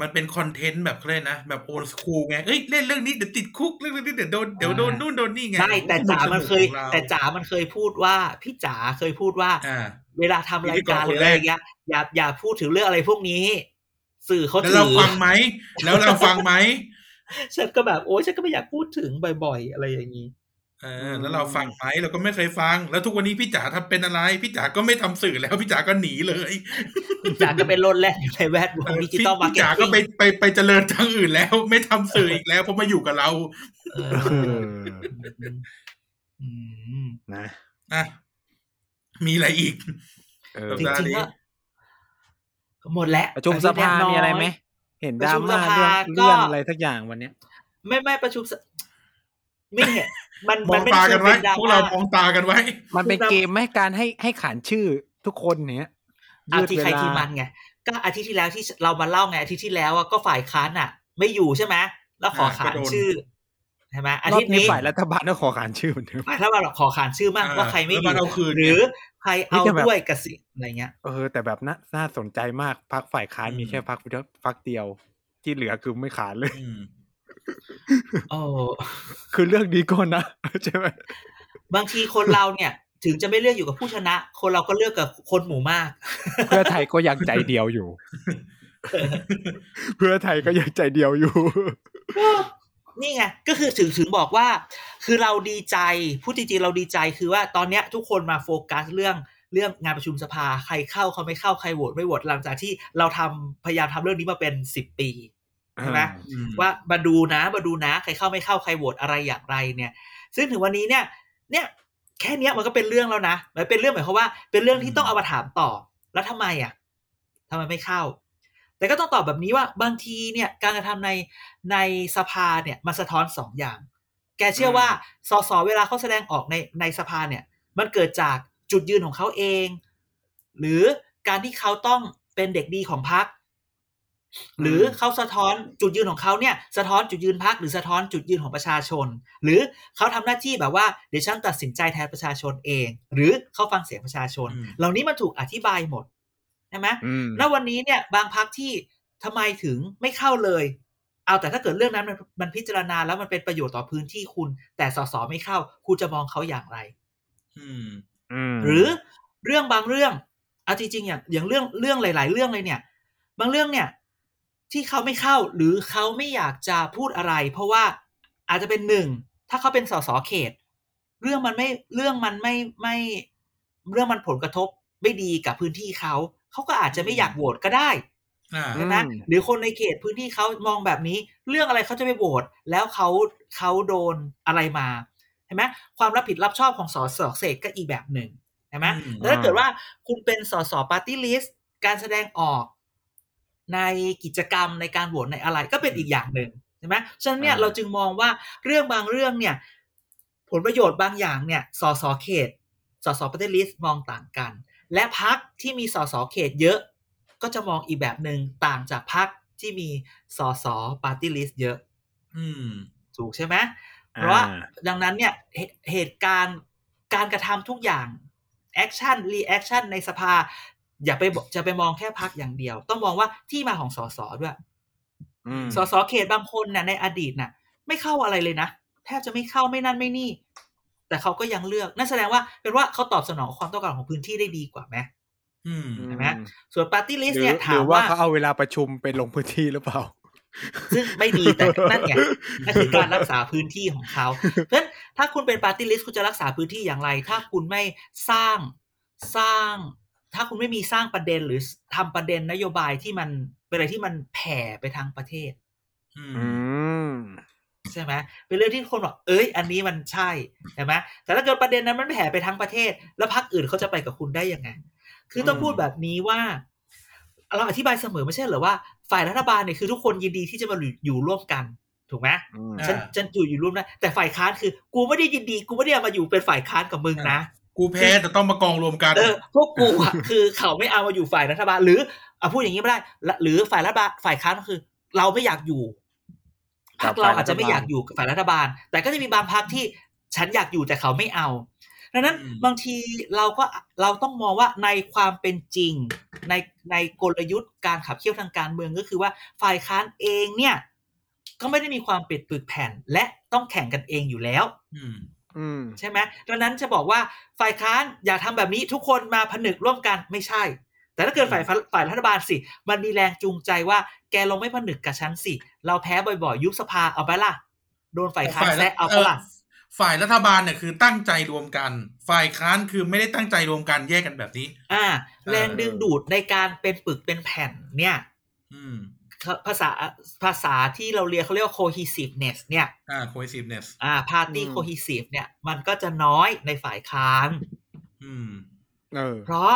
A: มันเป็นคอนเทนต์แบบเขาเลยกนะแบบโอ s ส o ู l ไงเอ้ยเล่นเรื่องนี้เดี๋ยวติดคุกเรื่องนี้เดี๋ยวโดนเดี๋ยวโดนนู่นโดนนี่ไง
C: ได้แต่จ๋ามันเคย
A: ของรา
C: แต่จ๋ามันเคยพูดว่า พี่จ๋าเคยพูดว่า
A: อ่า
C: เวลาทำรายการ
A: พิธีกรคน
C: หรืออะไร
A: แรก
C: เงี้ยอย่าอย่าพูดถึงเรื่องอะไรพวกนี้ สื่อเขา
A: แล้ว
C: ถื
A: เรา
C: อ
A: ฟังไหม แล้วเราฟังไหม
C: ฉันก็แบบโอ๊ยฉันก็ไม่อยากพูดถึงบ่อย ๆ อะไรอย่างนี้
A: เออแล้วเราฟังไหมเราก็ไม่เคยฟัง แล้วทุกวันนี้พี่จ๋าทำเป็นอะไร พี่จ๋าก็ไม่ทำสื่อแล้วพี่จ๋าก็หนีเลย
C: จากก็เป็นโลดแล่นอยู่ในแวดวงดิจิตอลมา
A: พี่
C: เก็ต
A: จ๋าก็
C: ติ้ง
A: ไปไปไปเจริญทางอื่นแล้ว ไม่ทำสื่ออีกแล้วเพราะมาอยู่กับเรา
C: เออ
B: เออ
C: อืม
B: นะ
A: อ่ะ มีอะไรอีก
B: เออ
C: จริง
A: สัปดาห์นี้
C: ๆก็หมดแล้ว
B: ประชุมสภามีอะไรไหม
C: น้ย
B: เห็น
C: ป
B: ด
C: ระ
B: รา
C: ชุม
B: ม่า
C: สภา
B: เรื่องเลื่
C: ก็
B: อนอะไรสักอย่างวันเนี้ย
C: ไม่ไม่ประชุมสไม่เห็นมัน
A: ม
C: มั
A: อน ง
C: ไม่
A: ตา
C: ได้
A: กันไว้
C: ป็ดม่
A: พวกเรามองตากันไว้
B: มันเป็น
C: คือเรา
B: เกมให้การให้ให้ขานชื่อทุกคนเนี้ย
C: อา
B: ยืด
C: ทิต
B: เว
C: ย์ใคร
B: ลา
C: ทีมันไงก็อาทิตย์ที่แล้วที่เรามาเล่าไงอาทิตย์ที่แล้วอะก็ฝ่ายค้านอ่ะ ไม่อยู่ใช่ไหมแล้วขอขาน
A: อ่าก็โดน
C: ชื่อใช่ไหมอาร
B: อบ
C: ทิตย์
B: นี้
C: นี้
B: ฝ่ายรัฐบาลต้องขอขานชื่อเหมือนเดิม
C: ฝ่ายถ้าเราขอขานชื่อมากว่าใครไม่อ
A: แล้วมัน
C: ยู่
A: เอาคืน
C: หรือใครเอาด้วยกับสิงอะไรเงี้ย
B: เออ แต่แบบน่าน่าสนใจมากพักฝ่ายค้านมีแค่พักเดียวพักเดียว ที่เหลือคือไม่ขานเลย
A: ม
C: โอ้
B: คือเรื่องดีก่อนนะ ใช่ไหม
C: บางทีคนเราเนี่ย ถึงจะไม่เลือกอยู่กับผู้ชนะ คนเราก็เลือกกับคนหมู่มาก
B: เพื่อไทยก็ยังใจเดียวอยู่ เพื่อไทยก็ยังใจเดียวอยู่
C: นี่ไงก็คือถึงถึงบอกว่า คือเราดีใจพูดจริงๆเราดีใจคือว่าตอนเนี้ยทุกคนมาโฟกัสเรื่องเรื่องงานประชุมสภาใครเข้าเขาไม่เข้าใครโหวตไม่โหวตหลังจากที่เราทำพยายามทำเรื่องนี้มาเป็นสิบปี ใช่ไหม
A: อืม
C: ว่ามาดูนะมาดูนะ ใครเข้าไม่เข้าใครโหวตอะไรอย่างไรเนี่ย ซึ่งถึงวันนี้เนี่ย เนี่ยแค่เนี้ยมันก็เป็นเรื่องแล้วนะมันเป็นเรื่องหมายความว่า เป็นเรื่องที่ต้องเอามาถามต่อ แล้วทำไมอ่ะทำไมไม่เข้า แต่ก็ต้องตอบแบบนี้ว่าบางทีเนี่ย การกระทำในในสภาเนี่ยมันสะท้อนสองอย่าง แกเชื่อว่าสสเวลาเขาแสดงออกในในสภาเนี่ย มันเกิดจากจุดยืนของเขาเอง หรือการที่เขาต้องเป็นเด็กดีของพรรคหรือเขาสะท้อนจุดยืนของเขาเนี่ย สะท้อนจุดยืนพรรคหรือสะท้อนจุดยืนของประชาชน หรือเขาทำหน้าที่แบบว่าเดี๋ยวฉันตัดสินใจแทนประชาชนเอง หรือเขาฟังเสียงประชาชน เหล่านี้มันถูกอธิบายหมดใช่ไหม
B: อืม
C: แล้ววันนี้เนี่ยบางพักที่ทำไมถึงไม่เข้าเลย เอาแต่ถ้าเกิดเรื่องนั้นมันมันพิจารณาแล้วมันเป็นประโยชน์ต่อพื้นที่คุณ แต่สสไม่เข้า คุณจะมองเขาอย่างไร
A: อืม
B: ม
C: หรือเรื่องบางเรื่องเอาจริงๆอย่างอย่างเรื่องเรื่องหลาย ๆ เรื่องเลยเนี่ย บางเรื่องเนี่ย ที่เขาไม่เข้าหรือเขาไม่อยากจะพูดอะไร เพราะว่าอาจจะเป็นหนึ่งถ้าเขาเป็นสสเขต เรื่องมันไม่เรื่องมันไม่ไม่ เรื่องมันผลกระทบไม่ดีกับพื้นที่เขาเขาก็อาจจะไม่อยากโหวตก็ได้
A: อ่า
C: ใช่ไหมหรือคนในเขตพื้นที่เขามองแบบนี้ เรื่องอะไรเขาจะไปโหวตแล้วเขาเขาโดนอะไรมาใช่ไหมความรับผิดรับชอบของสสเศษก็อีกแบบหนึ่งใช่ไหม
A: อืม
C: แล้วถ้าเกิดว่าคุณเป็นสสปาร์ตี้ลิสต์การแสดงออกในกิจกรรมในการโหวตในอะไรก็เป็นอีกอย่างหนึ่งใช่ไหมฉะนั้นเนี่ยเราจึงมองว่าเรื่องบางเรื่องเนี่ย ผลประโยชน์บางอย่างเนี่ยสสเขตสสปาร์ตี้ลิสต์มองต่างกัน และพักที่มีสสเขตเยอะ ก็จะมองอีกแบบหนึ่งต่างจากพักที่มีสสปาร์ตี้ลิสต์เยอะ
A: อืม
C: ถูกใช่ไหมเพ
B: อ่
C: ราะว่าดังนั้นเนี่ยเหตุเหตุการณ์การกระทำทุกอย่างแอคชั่นรีแอคชั่นในสภา อย่าไปบอกจะไปมองแค่พักอย่างเดียว ต้องมองว่าที่มาของสสด้วย
B: อืม
C: สสเขตบางคนน่ะในอดีตน่ะ ไม่เข้าอะไรเลยนะแทบจะไม่เข้าไม่นั่นไม่นี่ แต่เขาก็ยังเลือกนั่นแสดงว่าเป็นว่าเขาตอบสนองความต้องการของพื้นที่ได้ดีกว่าไหม
A: อืม
C: ใช่ไหมส่วนปาร์ตี้ลิส
B: ห
C: ต์
B: รือ
C: เนี่ย
B: ห
C: ถา
B: รื
C: ม
B: อว่า
C: ว่า
B: เขาเอาเวลาประชุมไปลงพื้นที่หรือเปล่า
C: ซึ่งไม่ดีแต่นั่นไงนั่นคือการรักษาพื้นที่ของเขา เพราะฉะนั้นถ้าคุณเป็นปาร์ตี้ลิสต์คุณจะรักษาพื้นที่อย่างไร ถ้าคุณไม่สร้างสร้าง ถ้าคุณไม่มีสร้างประเด็นหรือทำประเด็นนโยบายที่มันเป็นอะไรที่มันแผ่ไปทางประเทศ
A: อื
B: อื
A: ม
B: ม
C: ใช่ไหมเป็นเรื่องที่คนบอกเอ้ย อันนี้มันใช่ใช่ไหมแต่ถ้าเกิดประเด็นนั้นมันแผ่ไปทั้งประเทศ แล้วพรรคอื่นเขาจะไปกับคุณได้ยังไง คือต้อง
A: อืม
C: พูดแบบนี้ว่า เราอธิบายเสมอไม่ใช่เหรอว่า ฝ่ายรัฐบาลเนี่ยคือทุกคนยินดีที่จะมาอยู่ร่วมกัน ถูกไหม
B: อืม
C: ฉันฉันอยู่อยู่ร่วมได้แต่ฝ่ายค้านคือ กูไม่ได้ยินดี กูไม่ได้เอามาอยู่เป็นฝ่ายค้านกับมึงนะ
A: กูแพ้แต่ต้องมากองรวมกัน
C: เออพวกกูอะ คือเขาไม่เอามาอยู่ฝ่ายรัฐบาล หรือเอาพูดอย่างนี้ไม่ได้ละหรือฝ่ายรัฐบาลฝ่ายค้านก็คือ เราไม่อยากอยู่พรรคเราอาจจะไม่อยากอยู่กับฝ่ายรัฐบาล แต่ก็จะมีบางพรรคที่ฉันอยากอยู่แต่เขาไม่เอาดังนั้น
A: อืม
C: บางทีเราก็เราต้องมองว่าในความเป็นจริง ในในกลยุทธ์การขับเคี่ยวทางการเมืองก็คือว่าฝ่ายค้านเองเนี่ย ก็ไม่ได้มีความเป็ดปึกแผ่น และต้องแข่งกันเองอยู่แล้ว
A: อืม
B: อืม
C: ใช่ไหมดังนั้นจะบอกว่าฝ่ายค้านอย่าทำแบบนี้ทุกคนมาผนึกร่วมกันไม่ใช่ แต่ถ้าเกิดฝ่ายฝ่ายฝ่ายรัฐบาลสิ มันมีแรงจูงใจว่าแกลงไม่ผนึกกับฉันสิ เราแพ้บ่อยๆ ยุบสภาเอาไปะล่ะ โดนฝ่ายค้าน
A: ฝ่ายรัฐ
C: แซะเอาไปะล่ะ
A: เออ ฝ่ายรัฐบาลเนี่ยคือตั้งใจรวมกัน ฝ่ายค้านคือไม่ได้ตั้งใจรวมกันแยกกันแบบนี้
C: อ่า แรงดึงดูดในการเป็นปึกเป็นแผ่นเนี่ย
A: อืม
C: ภาษาภาษาที่เราเรียนเขาเรียกว่า cohesiveness เนี่ย
A: อ่า cohesiveness
C: อ่า party
B: อืม
C: cohesive เนี่ย มันก็จะน้อยในฝ่ายค้าน
A: อืม
B: เออ
C: เพราะ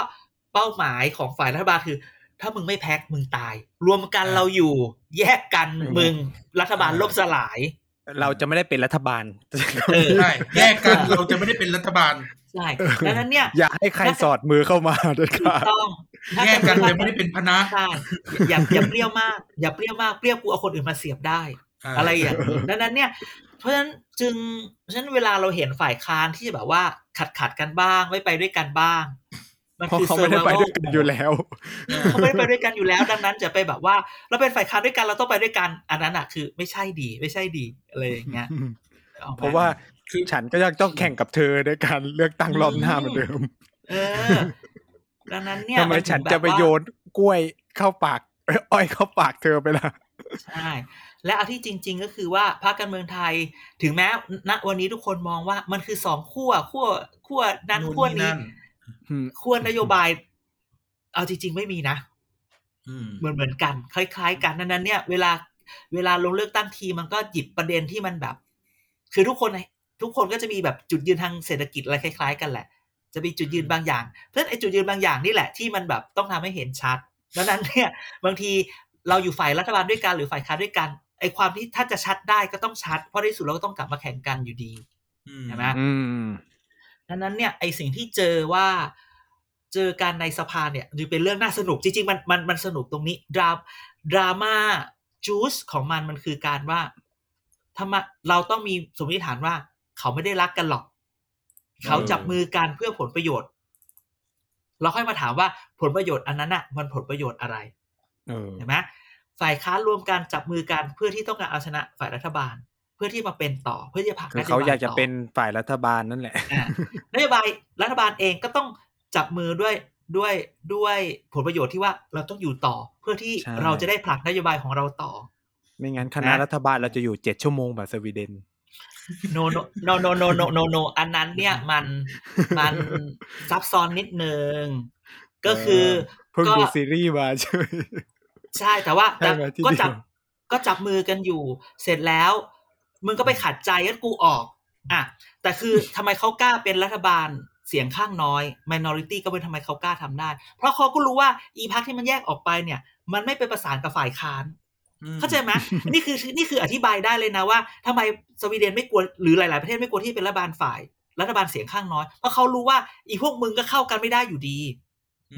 C: เป้าหมายของฝ่ายรัฐบาลคือ ถ้ามึงไม่แพ็คมึงตาย รวมกัน
A: อ่า
C: เราอยู่ แยกกัน
B: อืม
C: มึงรัฐบาล
A: อ่า
C: ล่มสลาย
B: เราจะไม่ได้เป็นรัฐบาล
C: เออ
A: ใช่แยกกันเราจะไม่ได้เป็นรัฐบาล
C: ใช่
B: เออ
C: ดังนั้นเนี่ย
B: อย่าให้ใครสอดมือเข้ามาเด็ด
C: ถูก
B: ขาด
C: ต้องถ้า
A: แยกกันจะไม่ได้
C: จะ
A: เป็นพนะ
C: ใช่อย่าอย่าเปรี้ยวมาก อย่าเปรี้ยวมากเปรี้ยวกูเอาคนอื่นมาเสียบได้
A: า
C: อะไรอย่างนี้ดังนั้นเนี่ย เพราะฉะนั้นจึงฉะนั้นเวลาเราเห็นฝ่ายค้านที่แบบว่าขัดขัดๆกันบ้าง ไม่ไปด้วยกันบ้าง มัน
B: เพราะ
C: คือ
B: เขาไม่ได้ไป
C: survival
B: ด้วยกันอยู่แล้ว
A: อ่า
C: เขาไม่ได้ไปด้วยกันอยู่แล้ว ดังนั้นจะไปแบบว่า เราเป็นฝ่ายค้านด้วยกันเราต้องไปด้วยกัน อันนั้นอะคือไม่ใช่ดี ไม่ใช่ดีอะไรอย่างเงี้ยออก ไหม
B: เพราะว่าฉันก็ยังต้องแข่งกับเธอในการเลือกตั้งรอบหน้าเหมือนเดิม
C: เออ ดังนั้นเนี่ย
B: ทำไมฉันจะไปโยนกล้วยเข้าปาก เอ้ยอ้อยเข้าปากเธอไปล่ะ
C: ใช่และเอาที่จริง ๆ ก็คือว่าพรรคการเมืองไทย ถึงแม้ณวันนี้ทุกคนมองว่ามันคือสองขั้วขั้วขั้วนั้นขั้วนี้ ขั้วนโยบาย เอาจริง ๆ ไม่มีนะ
A: อืม
C: เหมือนเหมือนกัน คล้าย ๆ กันดังนั้น เนี่ย เวลาเวลาลงเลือกตั้งทีมันก็หยิบประเด็นที่มันแบบ คือทุกคนทุกคนก็จะมีแบบจุดยืนทางเศรษฐกิจอะไรคล้าย ๆ กันแหละ จะมีจุดยืนบางอย่าง เพราะฉะนั้นไอ้จุดยืนบางอย่างนี่แหละที่มันแบบต้องทำให้เห็นชัดดังนั้นเนี่ยบางทีเราอยู่ฝ่ายรัฐบาลด้วยกันหรือฝ่ายค้านด้วยกันไอ้ความที่ถ้าจะชัดได้ก็ต้องชัด เพราะในที่สุดเราก็ต้องกลับมาแข่งกันอยู่ดี
A: อืม
C: ใช่ไหม
B: อืม
C: ดังนั้นเนี่ยไอสิ่งที่เจอว่าเจอการในสภาเนี่ยถือเป็นเรื่องน่าสนุกจริงๆมันมันมันสนุกตรงนี้ดราดราม่าจูสของมันมันคือการว่าทำไมเราต้องมีสมมติฐานว่า เขาไม่ได้รักกันหรอก เขาจับมือกันเพื่อผลประโยชน์ เราค่อยมาถามว่าผลประโยชน์อันนั้นอ่ะ มันผลประโยชน์อะไร
B: เออ
C: เห็นไหมฝ่ายค้านรวมกันจับมือกันเพื่อที่ต้องการเอาชนะฝ่ายรัฐบาล เพื่อที่มาเป็นต่อเพื่อที่จะผลัก
B: คือน
C: โบ
B: เขาอยากจะ
C: ต่
B: เป็นฝ่ายรัฐบาลนั่นแหละ
C: อ่ะนโยบายรัฐบาลเองก็ต้องจับมือด้วยด้วยด้วยผลประโยชน์ที่ว่าเราต้องอยู่ต่อ เพื่อที่
B: ใช่
C: เราจะได้ผลักนโยบายของเราต่อ
B: ไม่งั้นคณะ
C: นะ
B: รัฐบาลเราจะอยู่เจ็ดชั่วโมงแบบสวีเดน
C: โนโนโนโนโนโนโนโนอันนั้นเนี่ยมัน มันซับซ้อนนิดนึง ก็คือ
B: เพิ่ง
C: ก็
B: ดูซีรีส์มาเฉย
C: ใช่แต่ว่า
B: ใช่ไหมที่
C: ก็จับ
B: เดียว
C: ก็จับมือกันอยู่ เสร็จแล้วมึงก็ไปขัดใจงั้นกูออก อ่ะ แต่คือทำไมเขากล้าเป็นรัฐบาลเสียงข้างน้อย minority ก็เป็นทำไมเขากล้าทำได้ เพราะเขาก็รู้ว่าอีพักที่มันแยกออกไปเนี่ย มันไม่ไปประสานกับฝ่ายค้าน
A: อืม
C: เข้าใจ ไหมนี่คือนี่คืออธิบายได้เลยนะว่าทำไมสวีเดนไม่กลัวหรือหลาย ๆ ประเทศไม่กลัวที่เป็นรัฐบาลฝ่าย รัฐบาลเสียงข้างน้อยเพราะเขารู้ว่าอีพวกมึงก็เข้ากันไม่ได้อยู่ดี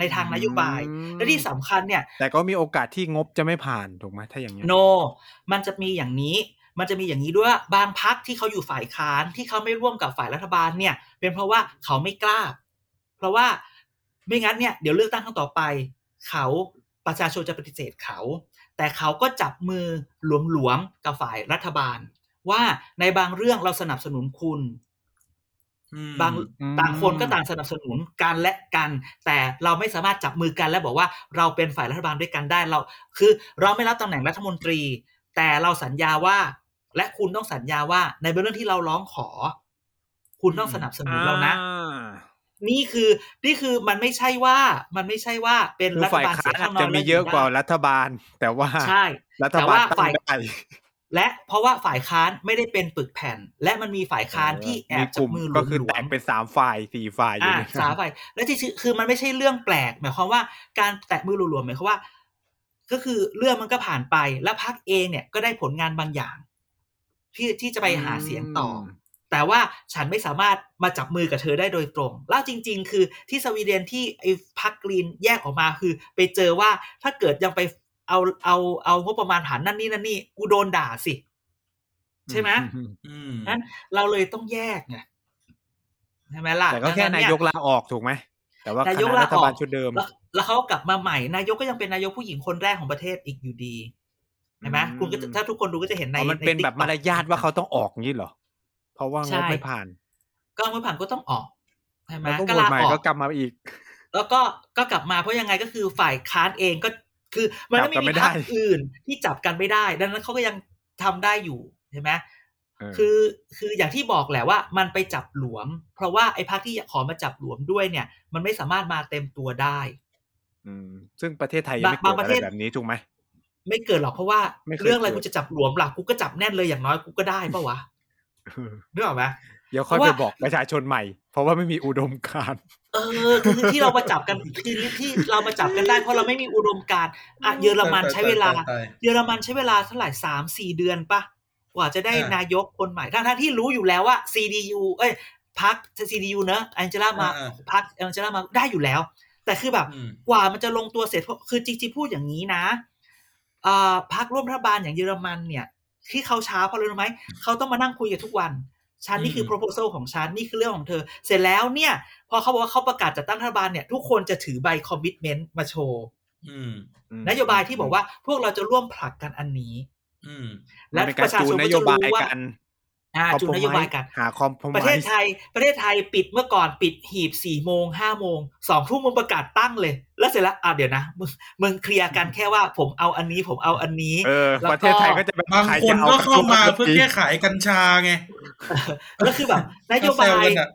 C: ในทางนโยบาย
B: อืม
C: และที่สำคัญเนี่ย
B: แต่ก็มีโอกาสที่งบจะไม่ผ่านถูกไหมถ้าอย่างเงี้ย
C: โน มันจะมีอย่างนี้ มันจะมีอย่างนี้ด้วยว่าบางพักที่เขาอยู่ฝ่ายค้านที่เขาไม่ร่วมกับฝ่ายรัฐบาลเนี่ย เป็นเพราะว่าเขาไม่กล้า เพราะว่าไม่งั้นเนี่ยเดี๋ยวเลือกตั้งครั้งต่อไป เขาประชาชนจะปฏิเสธเขา แต่เขาก็จับมือหลวมๆกับฝ่ายรัฐบาล ว่าในบางเรื่องเราสนับสนุนคุณ
A: อืม
C: บาง
B: อืม
C: ต่างคนก็ต่างสนับสนุนกันและกัน แต่เราไม่สามารถจับมือกันและบอกว่าเราเป็นฝ่ายรัฐบาลด้วยกันได้เรา คือเราไม่รับตำแหน่งรัฐมนตรี แต่เราสัญญาว่า และคุณต้องสัญญาว่าในเรื่องที่เราร้องขอ คุณต้องสนับสนุนเรานะ
B: อ่า
C: นี่คือนี่คือมันไม่ใช่ว่ามันไม่ใช่ว่าเป็น
B: คือ
C: รัฐ
B: ฝ่าย
C: บาล
B: ค้า
C: เสีย
B: น
C: ง
B: อาจ
C: ข้างน้อย
B: จะมีเยอะกว่า
C: แล
B: รัฐบาล แต่ว่า
C: ได้ใช่
B: รัฐบาล
C: แต่ว่า
B: ตั้
C: ฝ่าง ย
B: ได้
C: และเพราะว่าฝ่ายค้านไม่ได้เป็นปึกแผ่น และมันมีฝ่ายค้านที่แอ
B: มี
C: บ
B: ก
C: จับ
B: ลุ่ม
C: มือหล
B: ก็
C: วมๆ
B: คือแตกเป็นสามฝ่ายสี่ฝ่ายอยู่
C: อ่า
B: ใน
C: สาไปแล้วที่คือคือมันไม่ใช่เรื่องแปลก หมายความว่าการแตะมือหลวมๆหมายความว่า ก็คือเรื่องมันก็ผ่านไปแล้วพักเองเนี่ยก็ได้ผลงานบางอย่าง ที่ที่จะไปหาเสียงต่ออแต่ว่าฉันไม่สามารถมาจับมือกับเธอได้โดยตรง แล้วจริง ๆ คือที่สวีเดนที่ไอ้พักกรีนแยกออกมาคือ ไปเจอว่าถ้าเกิดยังไปเอาเอาเอางบประมาณหารนั่นนี่นั่นนี่กูโดนด่าสิ ใช่ไหม
B: อื
A: อืม
C: นั้นเราเลยต้องแยกไงใช่ไหมล่ะ
B: แต่ก็แค่
C: ดัง
B: นาย
C: เย
B: กลาออกถูกไหม แต่ว่าค
C: นา
B: ณะ
C: ยกลาออก
B: รัฐบาลชุดเดิม
C: แล้วแล้วเขากลับมาใหม่ นายกก็ยังเป็นนายกผู้หญิงคนแรกของประเทศอีกอยู่ดีเห็นไหม
B: อืม
C: คุณก็จะถ้าทุกคนดูก็จะเห็นใน
B: อ๋อมันเป็นแบบ
C: ใ TikTok
B: มารยาทว่าเขาต้องออกงี้เหรอ เพราะว่าง
C: ใช่
B: บไม่ผ่าน
C: ก็ไม่ผ่านก็ต้องออกใช่ไหม
B: แล้วก็
C: ก็
B: โหวต
C: ลา
B: ใหม่
C: ออก
B: ก็กลับมาอีก
C: แล้วก็ก็กลับมาเพราะยังไงก็คือฝ่ายค้านเองก็คือ มัน
B: จับกัน
C: ไม่มี
B: ไม่ได้
C: พรรคอื่นที่จับกันไม่ได้ ดังนั้นเขาก็ยังทำได้อยู่ใช่ไหม
B: เออ
C: คือคืออย่างที่บอกแหละว่ามันไปจับหลวม เพราะว่าไอ้พักที่ขอมาจับหลวมด้วยเนี่ย มันไม่สามารถมาเต็มตัวได้
B: อืมซึ่งประเทศไทยยังไม่
C: บา
B: เกิด
C: งประ
B: อะไร
C: เทศ
B: แบบนี้ถูกไหม
C: ไม่เกิดหรอกเพราะว่า
B: ไม่เคย
C: เรื่องอะไร
B: เกิด
C: กูจะจับหลวมหลักกูก็จับแน่นเลยอย่างน้อยกูก็ได้ปะวะ
B: เออ
C: นึกออกไหม
B: เดี๋ยวค่อย
C: เพ
B: ไป
C: ราะว่า
B: บอกประชาชนใหม่ เพราะว่าไม่มีอุดมการณ์
C: เออคือที่เรามาจับกันคือที่เรามาจับกันได้เพราะเราไม่มีอุดมการณ์อ่ะเยอรมันใช้เวลา
A: ตยตยตย
C: เยอรมันใช้เวลาเท่าไหร่สามสี่เดือนปะกว่าจะได้
A: อ่าน
C: นายกคนใหม่ทั้งทที่รู้อยู่แล้วว่า CDU เอ้ยพรรค CDU เนอะแองเจล่ามา
A: อ่า
C: พรรคแองเจล่ามาได้อยู่แล้ว แต่คือแบบ
A: อืม
C: กว่ามันจะลงตัวเสร็จเพราะคือจริงๆพูดอย่างนี้นะเอ่อพรรคร่วมรัฐบาลอย่างเยอรมันเนี่ย ที่เขาช้าเพราะอะไรรู้ไหมเขาต้องมานั่งคุยกันทุกวันฉันนี่คือ proposal ของฉันนี่คือเรื่องของเธอ เสร็จแล้วเนี่ยพอเขาบอกว่าเขาประกาศจัดตั้งรัฐบาลเนี่ยทุกคนจะถือใบ commitment มาโชว์
A: อืม
C: นโยบายที่บอกว่าพวกเราจะร่วมผลักกันอันนี้
A: อืม
C: และ
B: มันเป็นการ
C: ประชา
B: จู
C: ช
B: น
C: น
B: น
C: ก็
B: โย
C: จะ
B: บาย
C: รู้ว่า
B: กัน
C: อ่า
B: คอม
C: จูน
B: โพร
C: น
B: ไมซ์
C: โยบายกัน
B: หาคอมโพรไม
C: ประเทศ
B: ซ์
C: ไทย ประเทศไทยปิดเมื่อก่อนปิดหีบสี่โมงห้าโมงสองทุ่มมึงประกาศตั้งเลย แล้วเสร็จแล้วอ่าเดี๋ยวนะมึงมึงเคลียร์กันแค่ว่าผมเอาอันนี้ผมเอาอัน นี้
B: เออ
C: แล้วก็
B: ประเทศไทยก็จะแบบ
A: บาง
B: ใร
A: คน
B: จะอ
A: ก็เข้ามา
B: ระทรวง
A: เพื่อแก้ไขกัญชาไง
C: แล้วคือแบบนโยบา
A: เขาแซวย กันอะ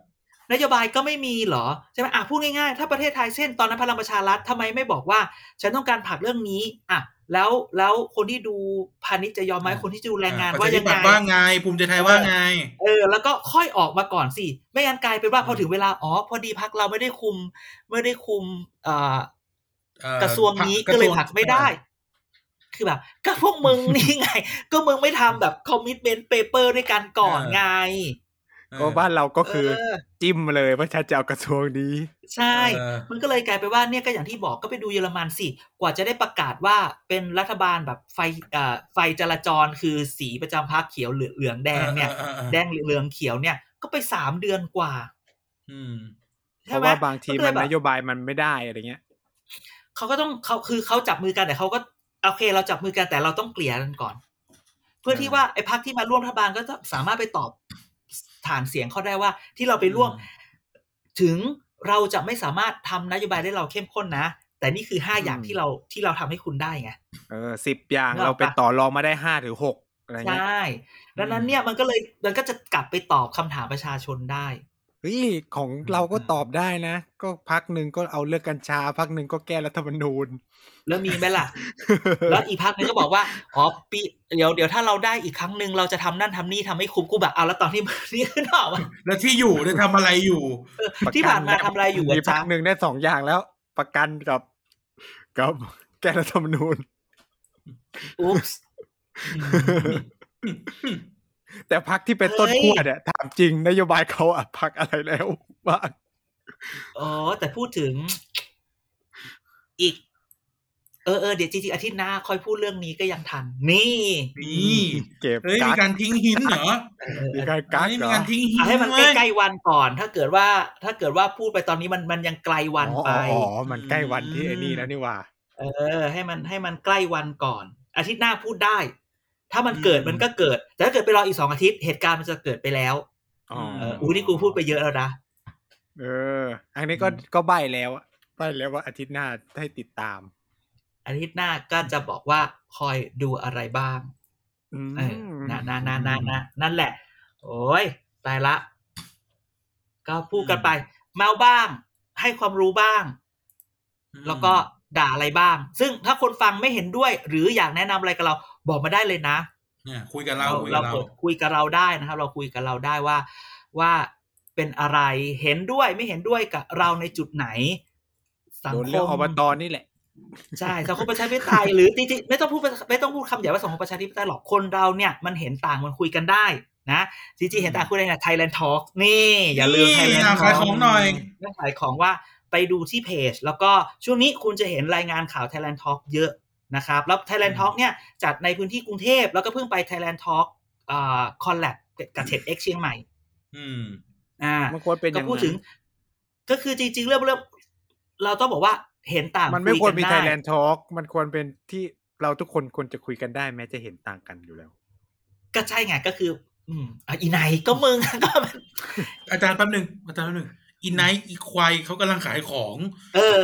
C: นโยบายก็ไม่มีเหรอใช่ไหมอ่ะพูดง่ายๆ ถ้าประเทศไทยเช่นตอนนั้นพลังประชารัฐทำไมไม่บอกว่า ฉันต้องการผลักเรื่องนี้อ่ะแล้วแล้วคนที่ดูพาณิชย์จะยอมไหม
A: อ่า
C: คนที่ดูแรงงาน
A: ประ
C: ว่า
A: ชธิ
C: ยัง
A: ปั
C: ไง
A: ตย์ว่าไง ภูมิใจไทยว่าไง
C: เออแล้วก็ค่อยออกมาก่อนสิ ไม่งั้นกลายเป็นว่าพอถึงเวลาอ๋อพอดีพักเราไม่ได้คุม ไม่ได้คุมเอ่อ
A: เอ่อก
C: ระทรวงนี้ก็เลยผลักไม่ได้ คือแบบ ก็พวกมึงนี่ไง ก็มึงไม่ทำแบบคอมมิชเมนต์เปเปอร์ด้วยกันก่อนไง
B: ก็บ้านเราก็คือ
C: เออ
B: จิ้มเลยว่าฉันจะเอากระทรวงนี้
C: ใช่
A: เออ
C: มันก็เลยกลายไปนว่าเนี่ยก็อย่างที่บอกก็ไปดูเยอรมันสิ กว่าจะได้ประกาศว่าเป็นรัฐบาลแบบไฟเอ่อไฟจราจรคือสีประจำพักเขียวเหลืองเหลืองแดงเนี่ย
A: ออออออ
C: แดงเหลืองเขียวเนี่ยก็ไปสามเดือนกว่า
A: อืม
B: เพ
C: ใช่
B: ราะ
C: ไหม
B: ว่าบางที
C: ก็
B: มั
C: เล
B: น
C: แบบ
B: นโยบายมันไม่ได้อะไรเงี้ย
C: เขาก็ต้องเขาคือเขาจับมือกันแต่เขาก็โอเค เราจับมือกันแต่เราต้องเกลี่ยกันก่อน เพื่อที่ว่าไอ้พักที่มาร่วมรัฐบาลก็จะสามารถไปตอบฐานเสียงเขาได้ว่าที่เราไปร่วม
A: อืม
C: ถึงเราจะไม่สามารถทำนโยบายได้เราเข้มข้นนะ แต่นี่คือห้าอย่าง
B: อืม
C: ที่เราที่เราทำให้คุณได้ไง
B: เออสิบอย่าง
C: นึกออกปะ
B: เราไปต่อรองมาได้ห้าถึงหกอะไรเงี้ย
C: ใช่ดังนั้นเนี่ยมันก็เลยมันก็จะกลับไปตอบคำถามประชาชนได้
B: เฮ้ยของเราก็ตอบได้นะ ก็พักหนึ่งก็เอาเลือกกัญชาพักหนึ่งก็แก้รัฐธรรมนูญ
C: แล้วมีไหมล่ะ แล้วอีกพักนึงก็บอกว่า อ๋อปีเดี๋ยวเดี๋ยวถ้าเราได้อีกครั้งหนึ่งเราจะทำนั่นทำนี่ทำให้คุ้มกูแบบเอาแล้วต อนที่ นี่ขึ้นออกมา
A: แล้วที่อยู่เนี่ยทำอะไรอยู่
B: ประกั
C: ที่ผ่านมาทำอะไรอยู่อะ
B: มีพั
C: จ๊ะ
B: กหนึ่งได้สองอย่างแล้ว ประกันกับกับ แก้รัฐธรรมนูญ
C: อุ๊ปส์
B: แต่พักที่เป็นต้น
C: เฮ้ย
B: ขั้วเนี่ยถามจริงนโยบายเขาอะพักอะไรแล้ว บ้าง
C: อ๋อแต่พูดถึง อีก เออเออเดี๋ยวจริงๆอาทิตย์หน้าค่อยพูดเรื่องนี้ก็ยังทัน นี่
A: นี่
B: เก็บ
A: เฮ้ย
B: กั
A: มี
B: ก
A: การทิ้งหินเหรอ
C: เออเออ
B: มี
C: เออ
B: การกัก
A: เฮ้ย
B: เหร
A: มี
B: อ
A: การทิ้งหิน
C: อ่ะให้มัน
A: เว้ย
C: ใกล้ๆวันก่อน ถ้าเกิดว่า ถ้าเกิดว่าพูดไปตอนนี้มันมันยังไกลวัน
B: อ๋อ
C: ไป
B: อ๋ออ๋อมันใกล้วันที่ไอ้นี่แล้วนี่หว่า
C: เออ ให้มันให้มันใกล้วันก่อน อาทิตย์หน้าพูดได้ ถ้ามัน
A: อืม
C: เกิดมันก็เกิด แต่ถ้าเกิดไปรออีกสองอาทิตย์เหตุการณ์มันจะเกิดไปแล้ว
B: อ๋อ
C: เอออู้นี่กูพูดไปเยอะแล้วนะ
B: เออ อันนี้ก็ก็ใบแล้วอะใบแล้วว่าอาทิตย์หน้าให้ติดตาม
C: อาทิตย์หน้าก็จะบอกว่าคอยดูอะไรบ้าง
B: อืม
C: เออนะนะนะนะนะนั่นแหละ โอ้ยตายละ ก็พูดกันไป เมาบ้าง ให้ความรู้บ้าง แล้วก็ด่าอะไรบ้าง ซึ่งถ้าคนฟังไม่เห็นด้วย หรืออยากแนะนำอะไรกับเรา บอกมาได้เลยนะ
A: เนี่ยคุยกับเราคุยกั
C: เรา
A: บเรา
C: เปิดคุยกับเราได้นะครับ เราคุยกับเราได้ว่าว่าเป็นอะไรเห็นด้วยไม่เห็นด้วยกับเราในจุดไหน สัง
B: โดน
C: ค
B: เรื่อง
C: ม
B: อบตนี่แหละ
C: ใช่สังคมประชาธิปไตยหรือจ ริงๆไม่ต้องพูดไม่ต้องพูดคำใหญ่ว่าสังคมประชาธิปไตยหรอกคนเราเนี่ย มันเห็นต่างมันคุยกันได้นะจริงๆเห็นต่างคุยได้นะไทยแลนด์ทอล์กนี่ อย่าลืมไทยแลนด์
A: อ่ะ
C: ท
A: ขา
C: อย ล์
A: ของหน่อย
C: กขายของว่าไปดูที่เพจ แล้วก็ช่วงนี้คุณจะเห็นรายงานข่าว Thailand Talk เยอะนะครับ แล้ว Thailand Talk เนี่ยจัดในพื้นที่กรุงเทพแล้วก็เพิ่งไป Thailand Talk คอลแลบกับเท็ดเอ็กเชียงใหม่
A: อืม
C: อ่า
B: มันควรเป็นอ
C: ก็
B: ย่าง
C: พูด
B: นั้
C: ถึง
B: น
C: ก็คือจริงๆ เรื่องเรื่องเราต้องบอกว่าเห็นต่าง
B: มันไม่ควรมี
C: กั
B: ไท
C: ด้
B: ยแลนด์ทอล์กมันควรเป็นที่เราทุกคนควรจะคุยกันได้แม้จะเห็นต่างกันอยู่แล้ว
C: ก็ใช่ไงก็คือ อืมอ่ะอีไหนก็มึง ก็มัน
A: อาจารย์แป๊บหนึ่งอาจารย์แป๊บหนึ่งอีไนท์อีควายเขากำลังขายของ
C: เออ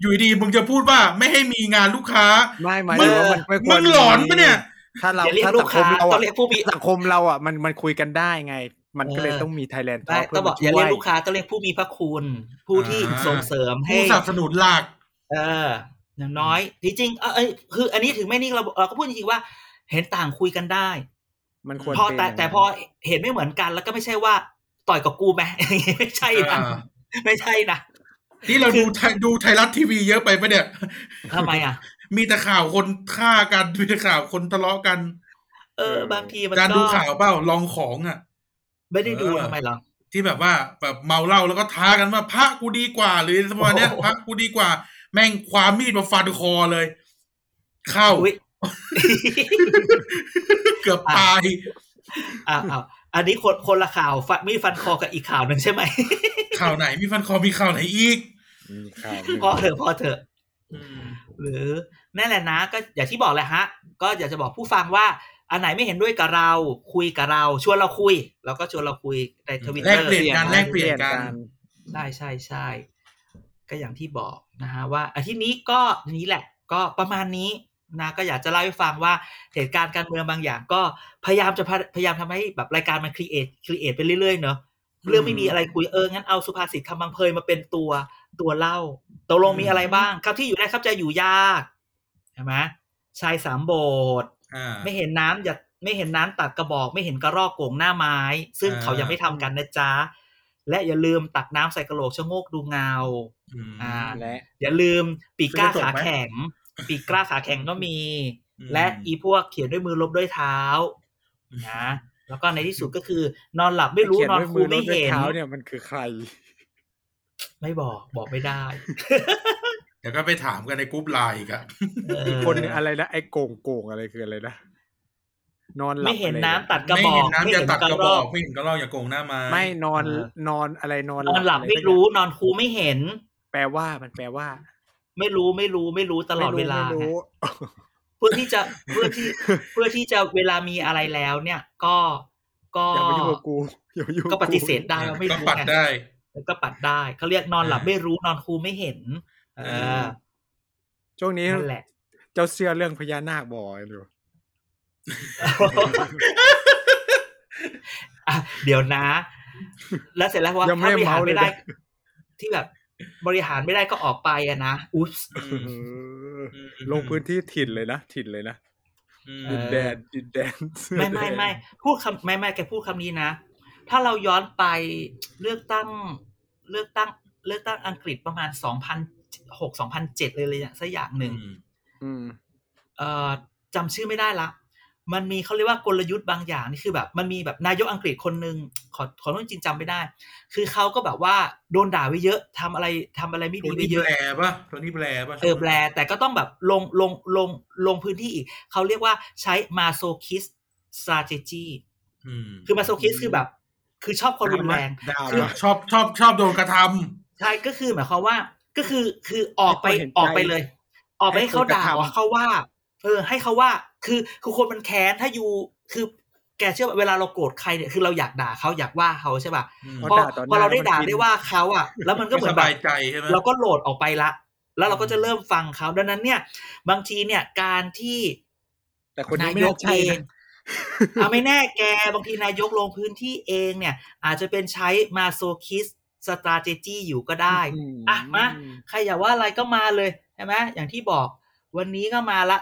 A: อยู่ดีมึงจะพูดว่าไม่ให้มีงานลูกค้า
B: ไม่หมาย
A: มึ
B: ถึ
A: ง
B: งว่ามันไม่ควร
A: มึงหลอนปะเนี่ย
B: ถ้าเรา
C: อย่าเรียก
B: ถ้า
C: ลู
B: สั
C: ก
B: งค
C: ค้าม
B: เรา
C: ต้
B: อะ
C: องเรียกผู้มี
B: สังคมเราอ่ะมันมันคุยกันได้ไง มันก็เลย
C: เออ
B: ต้องมีไทยแลนด์
C: ได้ต้องบอกอย่าเรียกลูกค้าต้องเรียกผู้มีพระคุณ ผู้ที่
A: อ่า
C: ส่งเสริมให้
A: ผู้สนับสนุนหลัก
C: เอออย่างน้อยจริงๆเออเอยคือ อันนี้ถึงไม่นิ่งเราเราก็พูดจริงๆว่า เห็นต่างคุยกันได้
B: มันควร
C: พอ
B: เป็น
C: แต่
B: ย่างนั้น
C: แต่พอเห็นไม่เหมือนกัน แล้วก็ไม่ใช่ว่าต่อยกับกูไหม ไม่ใช่นะ
A: อ่า
C: ไม่ใช่นะ
A: นี่เราดูไทยดูไทยรัฐทีวีเยอะไปปะเนี่ย
C: ทำไมอ่ะ
A: มีแต่ข่าวคนฆ่ากันมีแต่ข่าวคนทะเลาะกัน
C: เออบางทีมัน
A: การ
C: ก็
A: ดูข่าวเปล่าลองของอ่ะ
C: ไม่ได้ดู
A: เออ
C: ทำไมเหรอ
A: ที่แบบว่าแบบเมาเหล้าแล้วก็ท้ากันว่าพระกูดีกว่า หรือสมาเนี้ย
C: โอ้โห
A: พระกูดีกว่า แม่งความมีดมาฟันคอเลย เข้า
C: อุ้ย
A: เกือบตาย
C: อ้าวอ้าวอันนี้คนคนละข่าวฟันมีฟันคอกับอีกข่าวหนึ่งใช่ไหม
A: ข่าวไหนมีฟันคอมีข่าวไหนอีก
B: อืมครับอืม
C: พอเถอะพอเถอะ หรือนั่นแหละนะก็อย่างที่บอกแหละฮะ ก็อยากจะบอกผู้ฟังว่า อันไหนไม่เห็นด้วยกับเรา คุยกับเราชวนเราคุย แล้วก็ชวนเราคุยในทวิต
A: แล
C: เต
A: ก
C: อร์
A: เปลี่ยนกันแลกเปลี่ยนกัน
C: ใช่ใช่ใช่ก็อย่างที่บอกนะฮะว่าอาทิตย์นี้ก็นี้แหละ ก็ประมาณนี้นะ ก็อยากจะเล่าให้ฟังว่าเหตุการณ์การเมืองบางอย่าง ก็พยายามจะพะพยายามทำให้แบบรายการมันครีเอทครีเอทไปเรื่อยๆเนอะเรื่องไม่มีอะไรคุยเอองั้นเอาสุภาษิตคำบางเพยมาเป็นตัวตัวเล่าตกลงมีอะไรบ้างครับที่อยู่ได้ครับจะอยู่ยากใช่ไหมชายสามโบสถ
A: อ่า
C: ไม่เห็นน้ำอย่าไม่เห็นน้ำตักกระบอก ไม่เห็นกระรอกโก่งหน้าไม้ ซึ่ง
A: อ่า
C: เขายังไม่ทำกันนะจ๊ะ และอย่าลืมตักน้ำใส่กระโหลกชะโงกดูเงา
A: อืม
C: อ่า
B: และ
C: อย่าลืมปีกกล้า
A: ซื้อกระจก
C: ขา
A: ไหม
C: แข็ง ปีกกล้าขาแข็งก็มี
A: อืม
C: และอีพวกเขียนด้วยมือลบด้วยเท้านะแล้วก็ในที่สุดก็คือ นอนหลับไม่รู้
B: เขียน
C: นอน
B: ด้วย
C: คู
B: มือร
C: ไม่
B: ถด้วย
C: เห็น
B: เท้าเนี่ยมันคือใคร
C: ไม่บอกบอกไม่ได้
A: เดี๋ยวก็ไปถามกันในกรุ๊ปไลน์อีกอะ
C: เอออ
B: คนหนึ่งอะไรนะไอ้โก่งโก่งอะไรคืออะไรนะนอนหลับ
C: ไม่เห็น
B: อะไร
C: น้ำตัดกระ
A: ไม่
C: บอก
A: เห็นน้ำอย่าตัดกระบอก
C: ก
A: ไม่เห็นกระรอกอย่าโกงหน้ามา
B: ไม่นอน
C: เออ
B: นอนอะไรนอน
C: นอนหลับ
B: ะ
C: ไม่
B: สักย่าง
C: รู้นอนคูไม่เห็น
B: แปลว่ามันแปลว่า
C: ไม่รู้ไม่รู้ไม่รู้ตลอดเวลา
B: ไม่รู้
C: เพื่อที่จะเพื่อที่เพื่อที่จะเวลามีอะไรแล้วเนี่ยก็ก็
B: อย่ามายุ่งกับกู อย่ามายุ่งบ
C: ก็ปฏิเสธได้ว่าไม่
A: ก็
C: รู้
A: ปัด
C: ไง
A: ได้
C: แล้วก็ปัดได้เขาเรียกนอนหลับ
A: อ่า
C: ไม่รู้นอนครูไม่เห็น เอ
A: เอ
C: อ
A: อ
B: ช่วงนี้
C: นั่นแหละ
B: เจ้าเชื่อเรื่องพญานาคบ่อยหรือ
C: อ่ะเดี๋ยวนะ แล้วเสร็จแล้วว่า
B: ยังไม่ได้
C: ถ้าบริหา
B: เมาร เล
C: ไม่
B: ย
C: ได้
B: นะ
C: ที่แบบบริหารไม่ได้ก็ออกไปอะนะอุ๊ปส์
A: อืม
B: เออ
A: อืม
B: ลงพื้นที่ถิ่นเลยนะถิ่นเลยนะ
A: อืม
C: เอ
B: ดิน
C: อ
B: แดนดินแดนเสื้อ
C: ไม่ไม่
B: แดง
C: ไม่พูดคำไม่ไม่แกพูดคำนี้นะ ถ้าเราย้อนไปเลือกตั้ง เลือกตั้ง เลือกตั้งอังกฤษประมาณสองพันหกสองพันเจ็ดเลยเลยอย่างสักอย่างหนึ่ง
B: อืม
C: เอ่อจำชื่อไม่ได้ละ มันมีเขาเรียกว่ากลยุทธ์บางอย่างนี่คือแบบ มันมีแบบนายกอังกฤษคนหนึ่งขอขอโทษจริงจำไม่ได้ คือเขาก็แบบว่าโดนด่าไว้เยอะทำอะไรทำอะไรไม่
A: โท
C: ดีไว้
A: นี่
C: เย
A: แป
C: อะ
A: ลป่ะโทนี่แปลป่ะ
C: เออแปลแต่ก็ต้องแบบลงลงลงลงพื้นที่อีก เขาเรียกว่าใช้มาโซคิส strategy
A: อืม
C: คือมาโซคิสคือแบบ คือชอบคนรุนแรง
B: ดาว
C: คือ
B: นะ
A: ชอบชอบชอบโดนกระทำ
C: ใช่ก็คือหมายความว่า ก็คือคือออกไป
B: ให้คนเห็นใจ
C: ออกไปเลย ออกไป
B: ให้
C: ให้เขาด่า
B: คนกระทำ
C: ว่าเขาว่า เออ ให้เขาว่า คือคือคนมันแค้นถ้าอยู่คือแกเชื่อป่ะเวลาเราโกรธใครเนี่ยคือเราอยากด่าเขาอยากว่าเขาใช่ป่ะ
A: อืม
B: พอ
C: พอ
B: ด่าต่อหน้า
C: พอเราได้
B: แล้วมัน
C: ด่า
B: กิน
C: ได้ว่าเขาอ่ะ แล้วมันก็เหมือนแบบ
A: ไสา
C: บ
A: ยใจใช่ไหม
C: เราก็โหลดออกไปละ แล้วเราก็จะเริ่มฟังเขาดังนั้นเนี่ย บางทีเนี่ยการที่
B: แต่คนนี้
C: นา
B: ไม่
C: ยก
B: น่าใช่
C: เอง
B: นะ
C: เอาไม่แน่แกบางทีนายกลงพื้นที่เองเนี่ย อาจจะเป็นใช้มาโซคิสสตราเจจี้อยู่ก็ได้
B: ม
C: อ่ะมา ใครอยากว่าอะไรก็มาเลยใช่ไหมอย่างที่บอก วันนี้ก็มาละ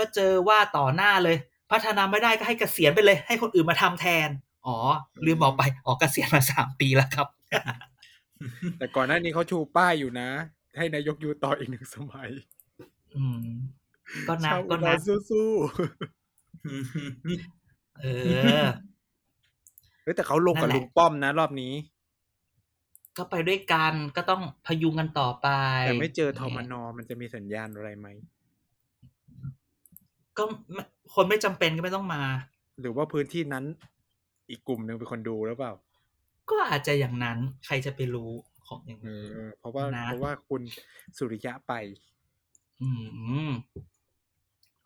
C: ก็เจอว่าต่อหน้าเลย พัฒนาไม่ได้ก็ให้เกษียณไปเลย ให้คนอื่นมาทำแทน อ๋อ ลืมบอกไปออกเกษียณมาสามปีแล้วครับ
B: แต่ก่อนหน้านี้เขาชูป้ายอยู่นะ ให้นายกอยู่ต่ออีกหนึ่งสมัย
C: อืม ก็นะ
B: ชาวอุ
C: ก็
B: ด
C: นะ
B: รสู้
A: อืม
C: เออ
B: ๆเฮ้ยแต่เขาลงกับ
C: นั่นแหละ
B: ลุงป้อมนะ รอบนี้
C: ก็ไปด้วยกันก็ต้องพยุงกันต่อไป
B: แต่ไม่เจอทอมานอมันจะมีสัญญาณอะไรไหม
C: ก็ไม่คนไม่จำเป็นก็ไม่ต้องมา
B: หรือว่าพื้นที่นั้น อีกกลุ่มหนึ่งเป็นคนดูหรือเปล่า
C: ก็อาจจะอย่างนั้นใครจะไปรู้ของอย่าง
B: เอ
C: นี้น
B: อเพราะว่า
C: นะ
B: เพราะว่าคุณสุริยะไป
C: อืม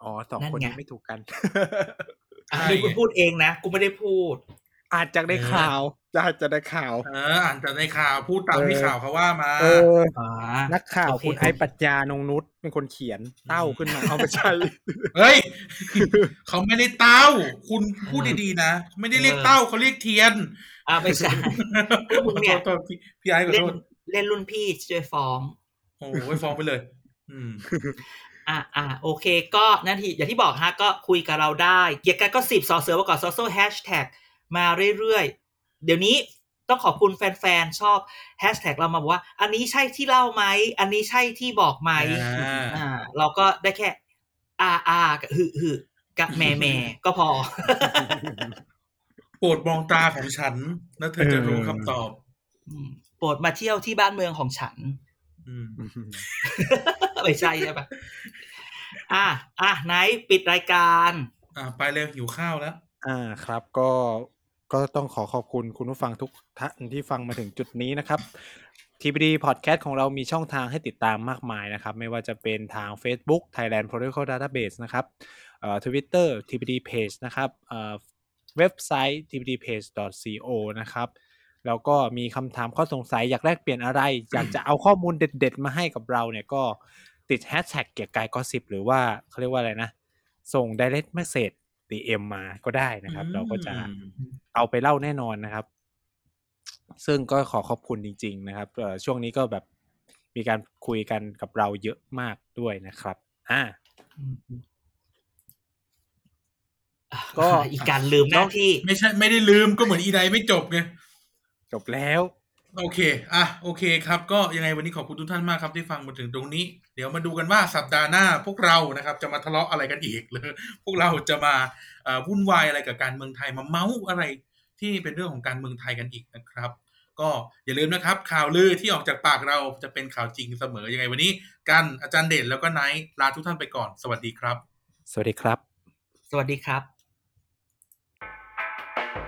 B: อ๋อสอง
C: นั่น
B: คน
C: ไง
B: นี้ไม่ถูกกัน
C: อ่ะนี่คุณพูดเองนะ กูไม่ได้พูด
B: อาจจะได้ข่าวอาจจะได้ข่าว
A: เอออ่านจากในข่าวพูดตามที่ข่าวเขาว่ามา
B: เออ
C: อ่า
B: นักข่าว
C: โอเค
B: คุณไอปรัจญานงนุชเป็นคนเขียนเต้าขึ้นมาเอาไป ใช้
A: เฮ้ย เขาไม่ได้เต้า คุณพูดดีๆนะเขาไม่ได้เรียกเต้าเขาเรียกเทียน
C: อ่าไม่ ใช่ มึงเนี่ย
A: ขอโทษพี่พี่ไอ้ขอ
C: เล่น
A: โทษ
C: เล่นรุ่นพี่ช่วยฟ้อง
A: โอ้โหฟ้องไปเลย อืม
C: อ่าอ่าโอเค ก็นั่นที่อย่างที่บอกฮะก็คุยกับเราได้ เกียร์กันก็สิบสอเสือประกอบโซโซ่แฮชแท็กมาเรื่อยๆ เดี๋ยวนี้ต้องขอบคุณแฟนๆ ชอบแฮชแท็กเรามาบอกว่า อันนี้ใช่ที่เล่าไหม อันนี้ใช่ที่บอกไหม
A: อ่า
C: อ่า เราก็ได้แค่ อ่าอ่ากับฮึฮึกับแม่ แม่ก็พอ
A: โปรดมองตาของฉันแล้วเธอจะรู้คำตอบ
C: อืมโปรดมาเที่ยวที่บ้านเมืองของฉัน
A: อืม
C: ไม่ใช่ใช่ปะอ่ะอ่ะไหนปิดรายการ
A: อ่าไปเลยหิวข้าวแล้ว
B: อ่าครับก็ก็ต้องขอขอบคุณคุณผู้ฟังทุกท่านที่ฟังมาถึงจุดนี้นะครับ TPD Podcast ของเรามีช่องทางให้ติดตามมากมายนะครับ ไม่ว่าจะเป็นทาง Facebook Thailand Protocol Database นะครับเอ่อ Twitter TPD Page นะครับเอ่อเว็บไซต์ tpdpage.co นะครับแล้วก็มีคำถามข้อสงสัยอยากแลกเปลี่ยนอะไร อยากจะเอาข้อมูลเด็ดๆ มาให้กับเราเนี่ยก็ติดแฮชแท็กเกียร์กายก็สิบหรือว่าเขาเรียกว่าอะไรนะ ส่ง direct message DM มาก็ได้นะครับ เราก็จะ เอาไปเล่าแน่นอนนะครับ ซึ่งก็ขอขอบคุณจริง ๆ นะครับเอ่อช่วงนี้ก็แบบมีการคุยกันกับเราเยอะมากด้วยนะครับ อ่า ก็
C: ก็อีกการลืมหน้าที่
A: ไม่ใช่ไม่ได้ลืมก็เหมือนอีไดไม่จบไง
B: จบแล้ว
A: โอเค อ่ะ โอเคครับ ก็ยังไงวันนี้ขอบคุณทุกท่านมากครับที่ฟังมาถึงตรงนี้ เดี๋ยวมาดูกันว่าสัปดาห์หน้าพวกเรานะครับ จะมาทะเลาะอะไรกันอี ก หรือพวกเราจะมาเอ่อวุ่นวายอะไรกับการเมืองไทยมาเมาส์อะไรที่เป็นเรื่องของการเมืองไทยกันอีกนะครับ ก็อย่าลืมนะครับ ข่าวลือที่ออกจากปากเราจะเป็นข่าวจริงเสมอ ยังไงวันนี้กันอาจารย์เด่นแล้วก็ไนท์ลาทุกท่านไปก่อน สวัสดีครับ
B: สวัสดีครับ
C: สวัสดีครับ